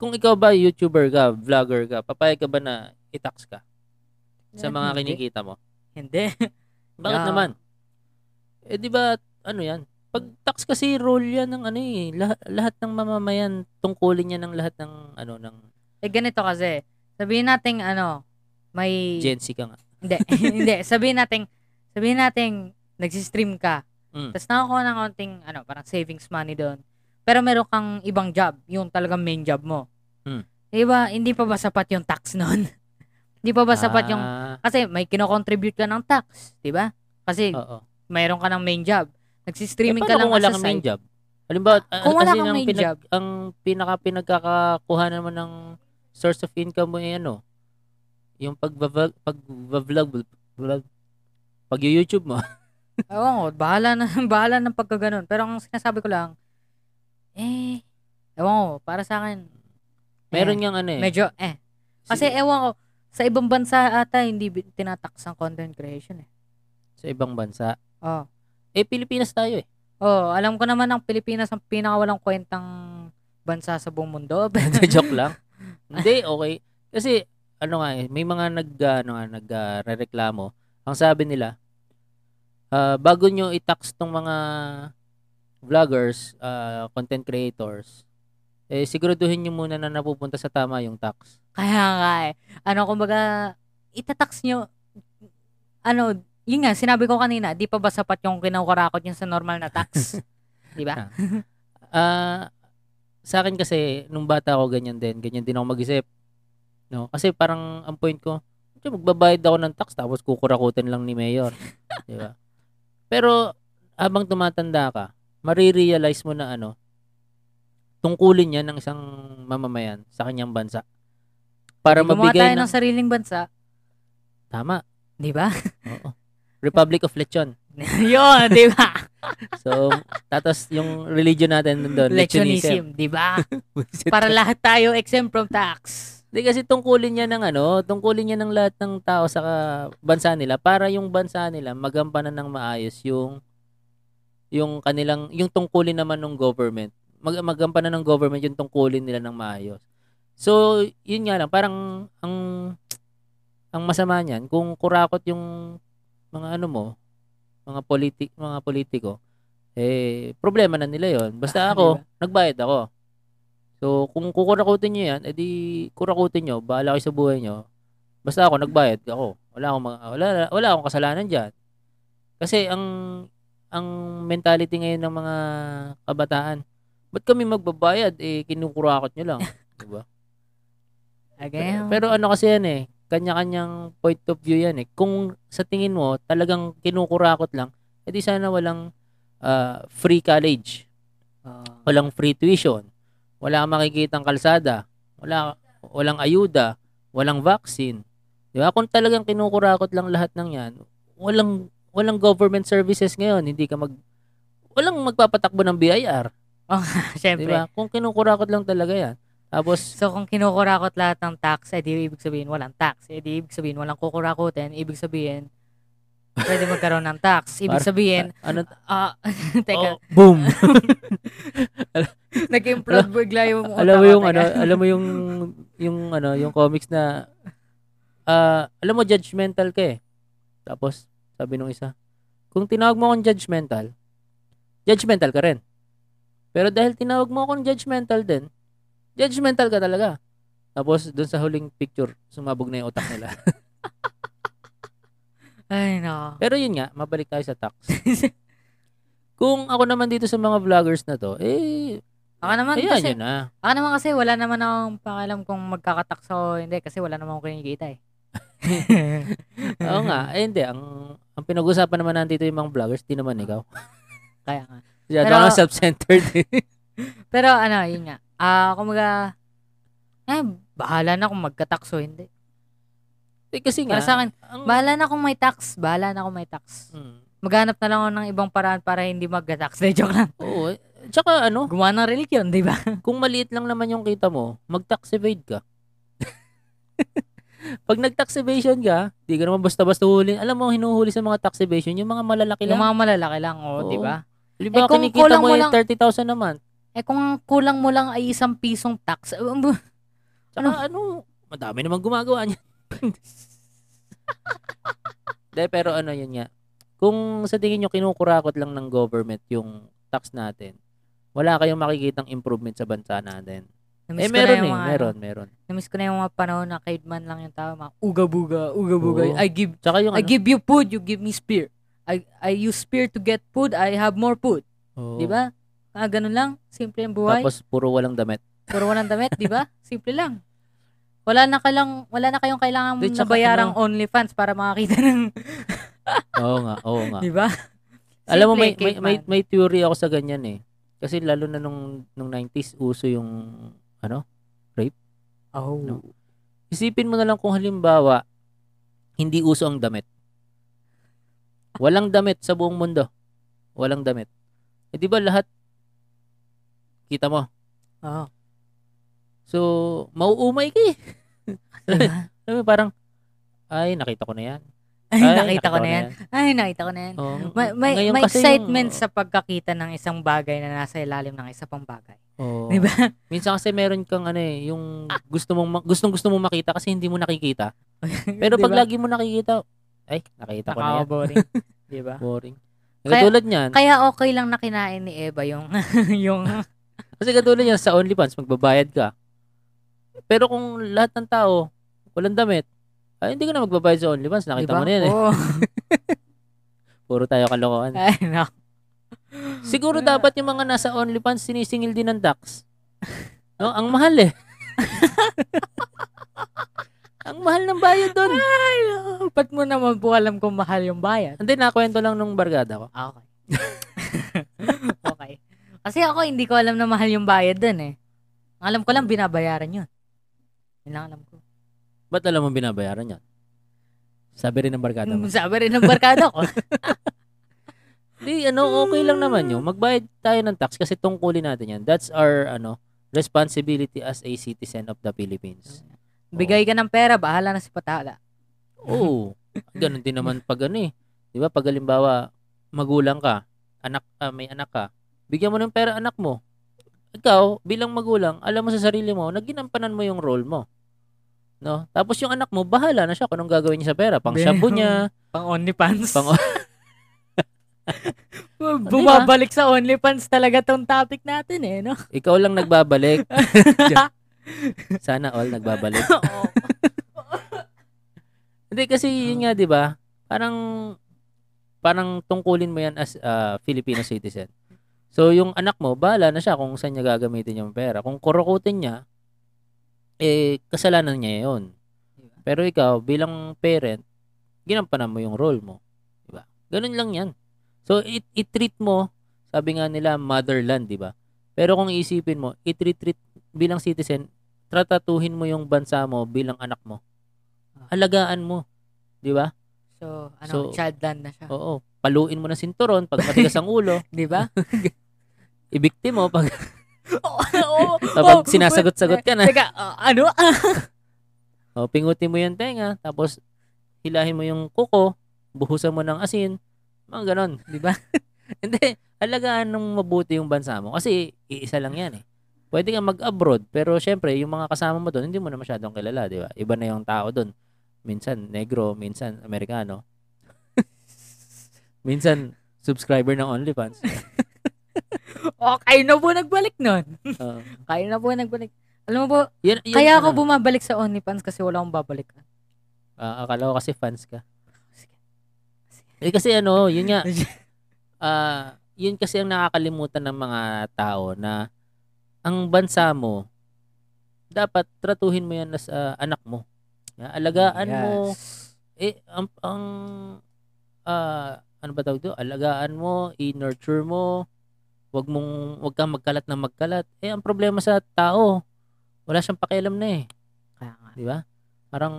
A: kung ikaw ba YouTuber ka, vlogger ka, papayag ka ba na i-tax ka sa
B: Eh,
A: mga
B: hindi. Ah.
A: kinikita mo?
B: Hindi.
A: Bakit
B: Yeah.
A: naman? Eh di ba ano 'yan? Pag tax kasi rule 'yan ng ano eh, lahat, lahat ng mamamayan tungkulin 'yan ng lahat ng ano ng
B: eh, ganito kasi. Sabihin natin, ano, may...
A: Gen Z ka nga.
B: Hindi. hindi. Sabihin natin, sabihin natin, nagsistream ka.
A: Mm.
B: Tapos nakakuha ng konting, ano, parang savings money doon. Pero meron kang ibang job, yung talagang main job mo.
A: Mm.
B: Di ba, hindi pa ba sapat yung tax noon? hindi pa ba sapat yung...
A: Ah,
B: Kasi may kinocontribute ka ng tax, di ba? Kasi
A: oo.
B: mayroon ka ng main job. Nagsistreaming
A: Oh. Eh,
B: ka
A: paano
B: lang
A: kung wala
B: as a
A: kang main
B: side.
A: job. Halimbawa, a-
B: Kung wala
A: as in,
B: kang
A: ang
B: main
A: pinag-
B: job.
A: ang pinaka pinagkakakuha naman ng source of income mo ay ano, yung pagba-vlog, pag-vlog, vlog, pag-YouTube mo.
B: Oo, ko, bahala na, bahala ng pagkaganon. Pero ang sinasabi ko lang, eh, ewan ko, para sa akin,
A: Meron yang ano eh.
B: medyo, eh. Kasi
A: si-
B: ewan ko, sa ibang bansa ata, hindi bi- tinatax ang content creation eh.
A: sa ibang bansa.
B: Oo.
A: Eh Pilipinas tayo eh.
B: Oo, Oh, alam ko naman ang Pilipinas ang pinakawalang kwentang bansa sa buong mundo.
A: Joke lang. Hindi, okay. Kasi ano nga eh, may mga nag ano nga nagrereklamo. ang sabi nila, ah, bago nyo i-tax tong mga vloggers, ah, content creators, eh siguraduhin nyo muna na napupunta sa tama yung tax.
B: Kaya nga eh. Ano, kumbaga, itatax nyo, ano, yun nga, sinabi ko kanina, di pa ba sapat yung kinukurakot nyo sa normal na tax? di ba?
A: Ah, sa akin kasi nung bata ako ganyan din, ganyan din ako mag-isip. No? Kasi parang ang point ko, "Tiyo, magbabayad ako ng tax tapos kukurakutin lang ni mayor. Di ba? Pero habang tumatanda ka, marirealize mo na ano, tungkulin niya ng isang mamamayan sa kanyang bansa. Para
B: Gumawa tayo
A: mabigay ng...
B: ng sariling bansa,
A: Tama.
B: di ba?
A: Oo. Republic of Lechon.
B: Yun, di ba?
A: So, tatas yung religion natin nandun, Lechonism.
B: Lechonism, di ba? Para lahat tayo exempt from tax.
A: Hindi kasi tungkulin niya ng ano, tungkulin niya ng lahat ng tao sa ka- bansa nila para yung bansa nila magampanan ng maayos yung yung kanilang yung tungkulin naman ng government. Mag magampanan ng government yung tungkulin nila ng maayos. So, yun nga lang parang ang ang masama niyan kung kurakot yung mga ano mo, mga politi mga politiko eh problema na nila yon. Basta
B: Ah,
A: ako, nagbayad ako. So, kung kukurakutin nyo yan, edi kurakutin nyo, bahala kayo sa buhay nyo. Basta ako, nagbayad ako. Wala akong, mga- wala, wala akong kasalanan dyan. Kasi ang ang mentality ngayon ng mga kabataan, ba't kami magbabayad? Eh, kinukurakot nyo lang. diba?
B: Again.
A: Pero ano kasi yan eh, kanya-kanyang point of view yan eh. Kung sa tingin mo, talagang kinukurakot lang, edi sana walang ah, free college
B: Oh,
A: walang free tuition, wala kang makikitang kalsada, wala walang ayuda, walang vaccine. 'Di ba? Kung talagang kinukurakot lang lahat ng 'yan, walang walang government services ngayon, hindi ka mag walang magpapatakbo ng BIR,
B: Siyempre.
A: 'di ba? Kung kinukurakot lang talaga 'yan. Tapos
B: So, kung kinukurakot lahat ng tax, eh di ibig sabihin walang tax. Eh di ibig sabihin walang kukurakutin. Ibig sabihin, pwede magkaroon ng tax. Ibig
A: Par-
B: sabihin,
A: ano
B: ah,
A: oh,
B: teka,
A: boom.
B: nag-implode bigla yung utak
A: alam mo
B: ko,
A: yung
B: teka.
A: ano, alam mo yung yung ano, yung comics na ah, alam mo judgmental ka eh. Tapos sabi nung isa, kung tinawag mo akong judgmental, judgmental ka rin. Pero dahil tinawag mo akong judgmental din, judgmental ka talaga. Tapos doon sa huling picture, sumabog na yung utak nila.
B: Ay, no.
A: Pero yun nga, mabalik tayo sa tax. Kung ako naman dito sa mga vloggers na to, eh
B: Baka naman
A: Ayan,
B: Ah, kasi,
A: yun na.
B: baka naman kasi wala naman akong pakialam kung magkakataksa o hindi kasi wala naman akong kinikita eh.
A: Oo nga. Eh, hindi. Ang, ang pinag-usapan naman natin dito yung mga vloggers, di naman ikaw.
B: Kaya nga.
A: Masyado
B: Pero-
A: kang self-centered. eh.
B: Pero ano, yun nga. Ah, kumaga, eh, bahala na kung magkatakso hindi.
A: Eh, Kasi nga.
B: Para sa akin,
A: ang-
B: bahala na kung may tax. Bahala na kung may tax.
A: Mm.
B: Maghanap na lang ako ng ibang paraan para hindi magka-tax. Na joke lang.
A: Oo. eh. Tsaka ano,
B: Gumawa ng religion, di ba?
A: kung maliit lang naman yung kita mo, mag-tax evade ka. Pag nag-tax evasion ka, di ka naman basta-basta huli. Alam mo, hinuhuli sa mga tax evasion, yung mga malalaki
B: Yung
A: lang.
B: mga malalaki lang, oh,
A: Oo.
B: di ba?
A: Di ba,
B: Eh, kung
A: kinikita
B: kulang
A: mo
B: mo
A: yung
B: lang-
A: 30,000 naman.
B: Eh kung kulang mo lang ay isang pisong tax, eh, bu-
A: Tsaka ano, madami naman gumagawa niya. Dahil pero ano yun nga. Kung sa tingin nyo kinukurakot lang ng government yung tax natin, wala kayong makikitang improvement sa bansa natin.
B: namiss
A: eh
B: ko na
A: meron eh,
B: yung mga- ano.
A: meron, meron.
B: Namiss ko na yung mga panahon na caveman lang yung tao, mga uga-buga, uga-buga.
A: Oo.
B: I give
A: Tsaka yung
B: I
A: ano,
B: give you food, you give me spear. I I use spear to get food, I have more food.
A: oo.
B: Di ba? Ah, ganun lang. Simple ang buhay.
A: Tapos puro walang damit.
B: Puro walang damit, di ba? Simple lang. Wala na kailang wala na kayong kailangan
A: Di,
B: na
A: tsaka ano?
B: bayarang OnlyFans para makakita ng,
A: oo nga, oo nga.
B: di ba?
A: Alam mo, may,
B: Simple,
A: may, may,
B: caveman.
A: may theory ako sa ganyan eh. Kasi lalo na nung, nung 90s, uso yung, ano,
B: Oh.
A: no. isipin mo na lang kung halimbawa, hindi uso ang damit. Walang damit sa buong mundo. Walang damit. Eh, di ba lahat, kita mo.
B: Oo.
A: So, mauumay ka eh.
B: Di ba?
A: Alam mo, parang, ay, nakita ko na yan.
B: Ay, nakita ko na yan.
A: yan.
B: Ay, nakita ko na yan.
A: Oo.
B: May, may,
A: Ngayon
B: may
A: kasi yung-
B: excitement sa pagkakita ng isang bagay na nasa ilalim ng isa pang bagay.
A: Oo.
B: Di ba?
A: Minsan kasi meron kang ano eh, yung gusto mong ma- gustong gusto mong makita kasi hindi mo nakikita. Pero
B: Di
A: pag
B: ba?
A: lagi mo nakikita, ay, nakita ko na yan.
B: Nakaka-boring. di ba?
A: Boring. Eh,
B: Kaya-
A: Katulad niyan,
B: Kaya okay lang na kinain ni Eva yung yung
A: kasi katulad niyan sa OnlyFans magbabayad ka. Pero kung lahat ng tao walang damit, ay hindi ka na magbabayad sa OnlyFans, nakita
B: di ba?
A: mo na yan eh.
B: Oo.
A: Puro tayo kalokohan.
B: Ay, nako.
A: Siguro
B: Yeah.
A: dapat yung mga nasa OnlyFans sinisingil din ng tax. No, ang mahal eh. ang mahal ng bayad doon.
B: Ay, nako. Ba't mo naman po alam kung mahal yung bayad?
A: Hindi nakwento lang nung barkada ko.
B: Ah, Okay. okay. Kasi ako, hindi ko alam na mahal yung bayad dun eh. Ang alam ko lang, binabayaran yun. Yun lang alam ko.
A: Ba't alam mo binabayaran yan? Sabi rin ng barkada mo.
B: Hmm, Sabi rin ng barkada ko.
A: Di, ano, okay lang naman yun. Magbayad tayo ng tax kasi tungkulin natin yan. That's our, ano, responsibility as a citizen of the Philippines.
B: Bigay ka ng pera, bahala na si Patala.
A: Oo. Ganon Oh, din naman pag ano eh. Di ba? Pag halimbawa, magulang ka, anak, ah, may anak ka, bigyan mo ng pera anak mo. Ikaw, bilang magulang, alam mo sa sarili mo, naginampanan mo yung role mo. No? Tapos yung anak mo, bahala na siya kung anong gagawin niya sa pera. Pang
B: Be-
A: shampoo niya,
B: Pang OnlyFans.
A: pang
B: Ano Bumabalik sa OnlyFans talaga tong topic natin eh, no?
A: Ikaw lang nagbabalik. Sana all nagbabalik.
B: Oo.
A: Hindi kasi yun nga 'di ba? Parang parang tungkulin mo yan as a Filipino citizen. So yung anak mo, bahala na siya kung saan niya gagamitin yung pera. Kung kurukutin niya, eh kasalanan niya 'yon. Pero ikaw bilang parent, ginampanan mo yung role mo, 'di ba? Ganun lang 'yan. So it i-treat mo, sabi nga nila motherland, 'di ba? Pero kung iisipin mo, i-treat bilang citizen, tratatuhin mo yung bansa mo bilang anak mo. Alagaan mo, 'di ba?
B: So, ano,
A: So-
B: childland na siya.
A: Oo. Paluin mo ng sinturon pag matigas ang ulo.
B: Di ba?
A: Ibikti mo pag,
B: Oo.
A: pag sinasagot-sagot ka na.
B: Teka, ah, ano?
A: O, pingutin mo yung tenga, tapos hilahin mo yung kuko, buhusan mo ng asin, mga ganon.
B: Di ba?
A: Hindi, alagaan ng mabuti yung bansa mo. Kasi iisa lang yan eh. Pwede kang mag-abroad, pero syempre, yung mga kasama mo doon, hindi mo na masyadong kilala, di ba? Iba na yung tao doon. Minsan, negro, minsan, Amerikano. minsan, subscriber ng OnlyFans.
B: O, Oh, kayo na po nagbalik nun.
A: Oo.
B: Kayo na po nagbalik. Alam mo po,
A: Yun- yun ano.
B: kaya ako bumabalik sa OnlyFans kasi wala akong babalikan.
A: Ah, akala ko kasi fans ka.
B: Sige.
A: Eh kasi ano, yun nga.
B: Sige.
A: ah, yun kasi ang nakakalimutan ng mga tao na ang bansa mo, dapat tratuhin mo yan as ah, anak mo. Yeah, alagaan mo. Eh, ang, ang ah, ano ba tawag doon? Alagaan mo, i-nurture mo, wag mong, wag kang magkalat na magkalat. Eh, ang problema sa tao, wala siyang pakialam na eh.
B: Kaya nga.
A: Di ba? Parang,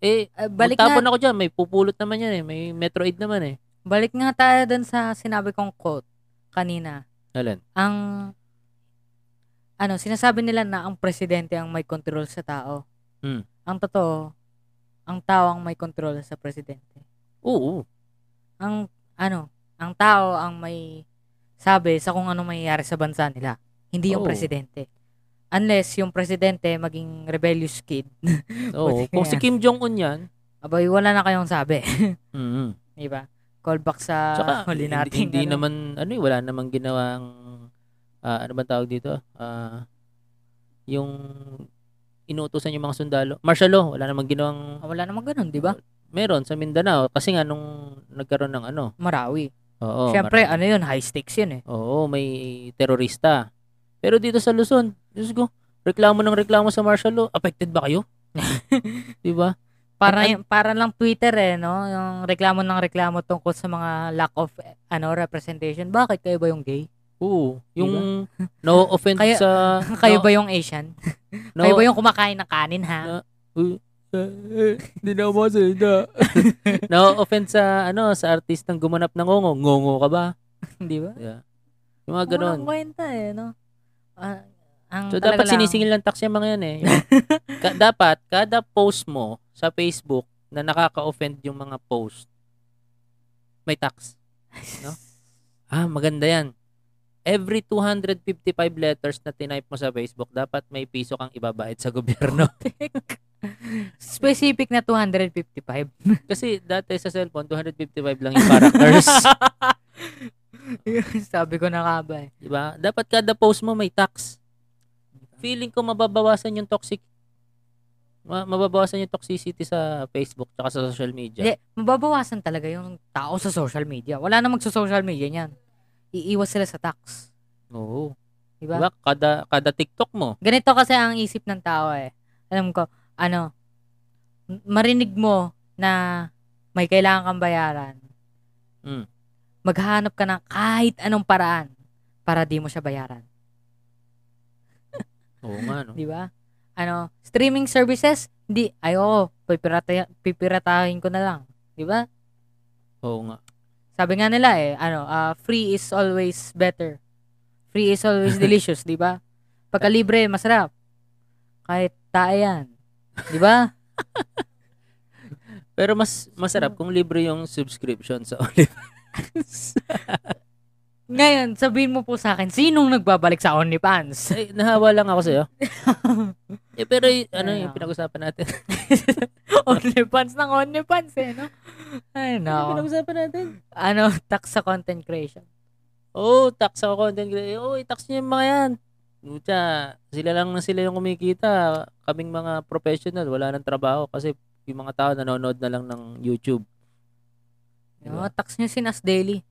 A: eh,
B: Ah,
A: balik
B: balik nga,
A: magtapon ako dyan, may pupulot naman yan eh. May Metroid naman eh.
B: balik nga tayo dun sa sinabi kong quote kanina.
A: Alin?
B: Ang ano, sinasabi nila na ang presidente ang may control sa tao.
A: Hmm.
B: Ang totoo, ang tao ang may control sa presidente.
A: Oo.
B: Ang ano, ang tao ang may sabi sa kung ano mangyayari sa bansa nila, hindi
A: Oo.
B: yung presidente. Unless yung presidente maging rebellious kid.
A: Oo.
B: Buti
A: Kung
B: nga.
A: si Kim Jong-un yan,
B: Abay, wala na kayong sabi.
A: mm
B: Di ba? Call back sa
A: Tsaka,
B: Ah, huli
A: hindi-
B: nating
A: hindi,
B: ano.
A: naman, ano eh, wala namang ginawang, ah, ano ba tawag dito? Ah, yung inuutosan yung mga sundalo. Martial law, wala namang ginawang,
B: Ah, Wala naman ganun, di ba?
A: meron sa Mindanao. Kasi nga nung nagkaroon ng ano,
B: Marawi.
A: oo.
B: Siyempre,
A: marami.
B: ano yun, high stakes yun eh.
A: Oo, may terorista. Pero dito sa Luzon, Diyos ko, reklamo ng reklamo sa martial law. Affected ba kayo? di ba?
B: Para,
A: Ang-
B: yun- para lang Twitter eh, no? Yung reklamo ng reklamo tungkol sa mga lack of eh, ano representation. Bakit kayo ba yung gay?
A: Oo. Yung no offense
B: Kaya-
A: sa...
B: kayo ba yung Asian?
A: no,
B: Kayo ba yung kumakain ng kanin, ha?
A: No. Hindi na ako no offense sa ano sa artistang gumanap ng ngongo. Ngongo ka ba?
B: Di ba?
A: Yeah. Yung mga
B: Walang
A: ganun.
B: kwenta eh, no? Ah, ang
A: So
B: talaga
A: dapat
B: lang-
A: sinisingil ng tax yung mga yan eh. Yung- ka- dapat kada post mo sa Facebook na nakaka-offend yung mga post, may tax. No? Ah, maganda yan. Every 255 letters na tinype mo sa Facebook, dapat may piso kang ibabayad sa gobyerno.
B: Specific na 255.
A: Kasi dati sa cellphone, 255 lang yung characters.
B: Sabi ko na nga ba eh.
A: Di ba? Dapat kada post mo may tax. Feeling ko mababawasan yung toxic ma- mababawasan yung toxicity sa Facebook at sa social media.
B: Hindi, mababawasan talaga yung tao sa social media. Wala na magsa-social media niyan. Iiwas sila sa tax.
A: Oo.
B: Di
A: Di
B: ba?
A: ba? Kada kada TikTok mo.
B: Ganito kasi ang isip ng tao eh. Alam ko, ano, m- marinig mo na may kailangan kang bayaran.
A: Mm.
B: Maghanap ka ng kahit anong paraan para di mo siya bayaran.
A: Oo nga no.
B: Di ba? Ano, streaming services, di, ayo, pipirata, pipiratahin ko na lang. Di ba?
A: Oo nga.
B: Sabi nga nila eh, ano, ah, free is always better. Free is always delicious, di ba? Pagka libre, masarap. Kahit tae yan. Di ba?
A: Pero mas masarap kung libre yung subscription sa OnlyFans.
B: Ngayon, sabihin mo po sa akin, sinong nagbabalik sa OnlyFans?
A: Ay, nahawa lang ako sa'yo. eh, pero y- ano
B: Ay,
A: yung
B: ako.
A: pinag-usapan natin?
B: OnlyFans ng OnlyFans eh, no? Ay,
A: Ano yung
B: no.
A: pinag-usapan natin?
B: Ano, tax sa content creation.
A: Oo, oh, tax ako content creator. Oo, i-tax niyo yung mga yan. Puta, sila lang na sila yung kumikita. Kaming mga professional, wala nang trabaho kasi yung mga tao nanonood na lang ng YouTube. Diba?
B: No, tax nyo si Nas Daily.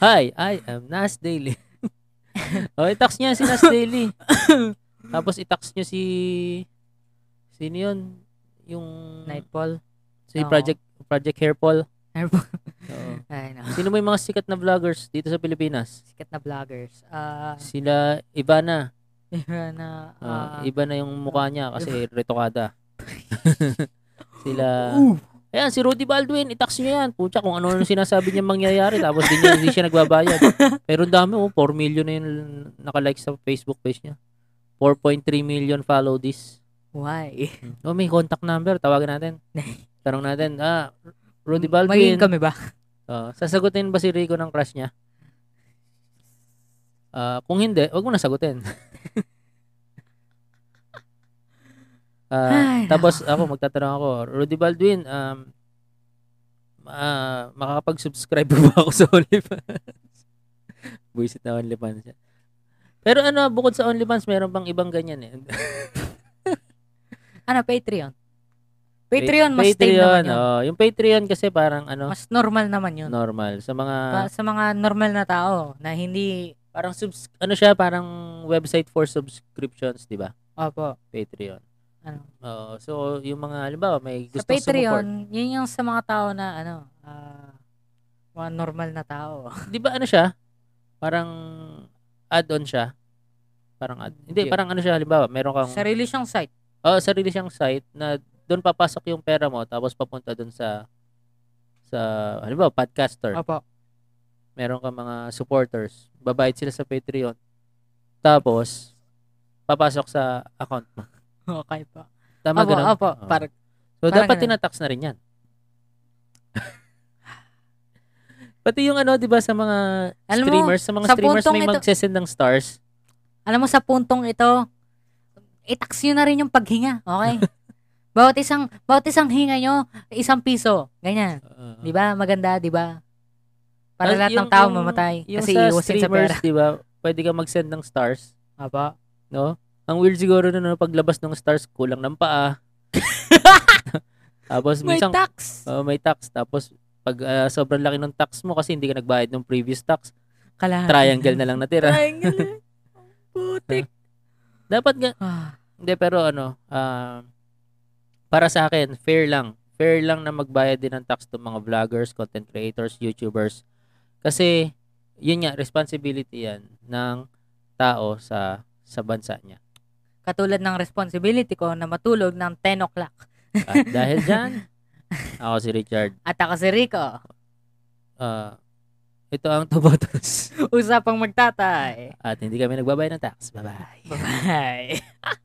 A: Hi, I am Nas Daily. oh, i-tax niya si Nas Daily. Tapos i-tax niyo si... Sino yun? Yung...
B: Nightfall.
A: Si
B: Oo.
A: Project Project Hairfall.
B: Ay, no.
A: Sino ba yung mga sikat na vloggers dito sa Pilipinas?
B: Sikat na vloggers. Ah,
A: Sila, iba na.
B: iba na,
A: Ah,
B: ah,
A: iba na yung mukha niya kasi retokada. Sila,
B: Ooh.
A: ayan, si Rudy Baldwin, itax niya yan. Pucha, kung ano yung sinasabi niya mangyayari, tapos di, niya, di siya nagbabayad. Pero ang dami, oh, 4 million na yung nakalike sa Facebook page niya. 4.3 million follow this.
B: why?
A: Oh, may contact number, tawagan natin. Tanong natin, ah, Rudy Baldwin,
B: Magiging kami ba?
A: ah, sasagutin ba si Rico ng crush niya? Ah, kung hindi, wag mo na sagutin. Ah,
B: Ay,
A: Tapos ako, magtatanong ako, Rudy Baldwin, um, ah, makakapag-subscribe ba ako sa OnlyFans? Buisit na OnlyFans siya. Pero ano, bukod sa OnlyFans, meron bang ibang ganyan eh.
B: Ano, Patreon? Patreon, mas
A: Patreon,
B: tame
A: oh.
B: naman yun.
A: oo. yung Patreon kasi parang ano,
B: Mas normal naman yun.
A: normal. Sa mga,
B: Pa- sa mga normal na tao na hindi,
A: parang subs, ano siya, parang website for subscriptions, di ba?
B: Opo.
A: Patreon.
B: Ano?
A: Oo, so, yung mga, halimbawa, may
B: Sa
A: gusto
B: Patreon, yun yung sa mga tao na, ano, ah, mga normal na tao.
A: Di ba ano siya? Parang add-on siya. Parang add. Hindi,
B: Hindi.
A: parang ano siya, halimbawa, meron kang...
B: Sarili siyang site.
A: Oo, sarili siyang site na doon papasok yung pera mo tapos papunta doon sa sa halimbawa podcaster.
B: Opo.
A: Meron ka mga supporters. Babayad sila sa Patreon. Tapos papasok sa account mo.
B: Okay pa.
A: Tama
B: Opo,
A: ganun? Ah.
B: opo.
A: Oo.
B: Parang,
A: so
B: parang
A: dapat
B: ganun.
A: tinatax na rin 'yan. Pati yung ano, 'di ba, sa mga
B: Alam mo,
A: streamers, sa mga
B: sa
A: streamers
B: puntong
A: may
B: ito-
A: magsesend ng stars.
B: alam mo, sa puntong ito, itax nyo na rin yung paghinga. Okay? bawat isang, bawat isang hinga nyo, isang piso. Ganyan.
A: Oo.
B: Ah, Di ba? Maganda, di ba? Para
A: Tas
B: lahat
A: Ah.
B: ng
A: yung-
B: tao
A: yung-
B: mamatay.
A: Yung
B: Kasi
A: sa
B: iwasin sa
A: streamers,
B: pera.
A: di ba, pwede ka mag-send ng stars,
B: Opo.
A: no? Ang weird siguro nun, no, paglabas ng stars, kulang ng paa. tapos
B: May
A: minsan,
B: tax.
A: oh, may tax. Tapos, pag ah, sobrang laki ng tax mo kasi hindi ka nagbayad ng previous tax,
B: Kalahati.
A: triangle na lang natira.
B: Triangle. na. Putik.
A: Dapat nga,
B: Ah,
A: hindi, pero ano, ah, para sa akin, fair lang. Fair lang na magbayad din ng tax to mga vloggers, content creators, YouTubers. Kasi, yun nga, responsibility yan ng tao sa sa bansa niya.
B: katulad ng responsibility ko na matulog ng 10 o'clock.
A: At dahil dyan, ako si Richard.
B: At ako si Rico.
A: ah, ito ang Tubotos.
B: Usapang magtatay.
A: At hindi kami nagbabayad ng tax. Bye-bye.
B: Bye.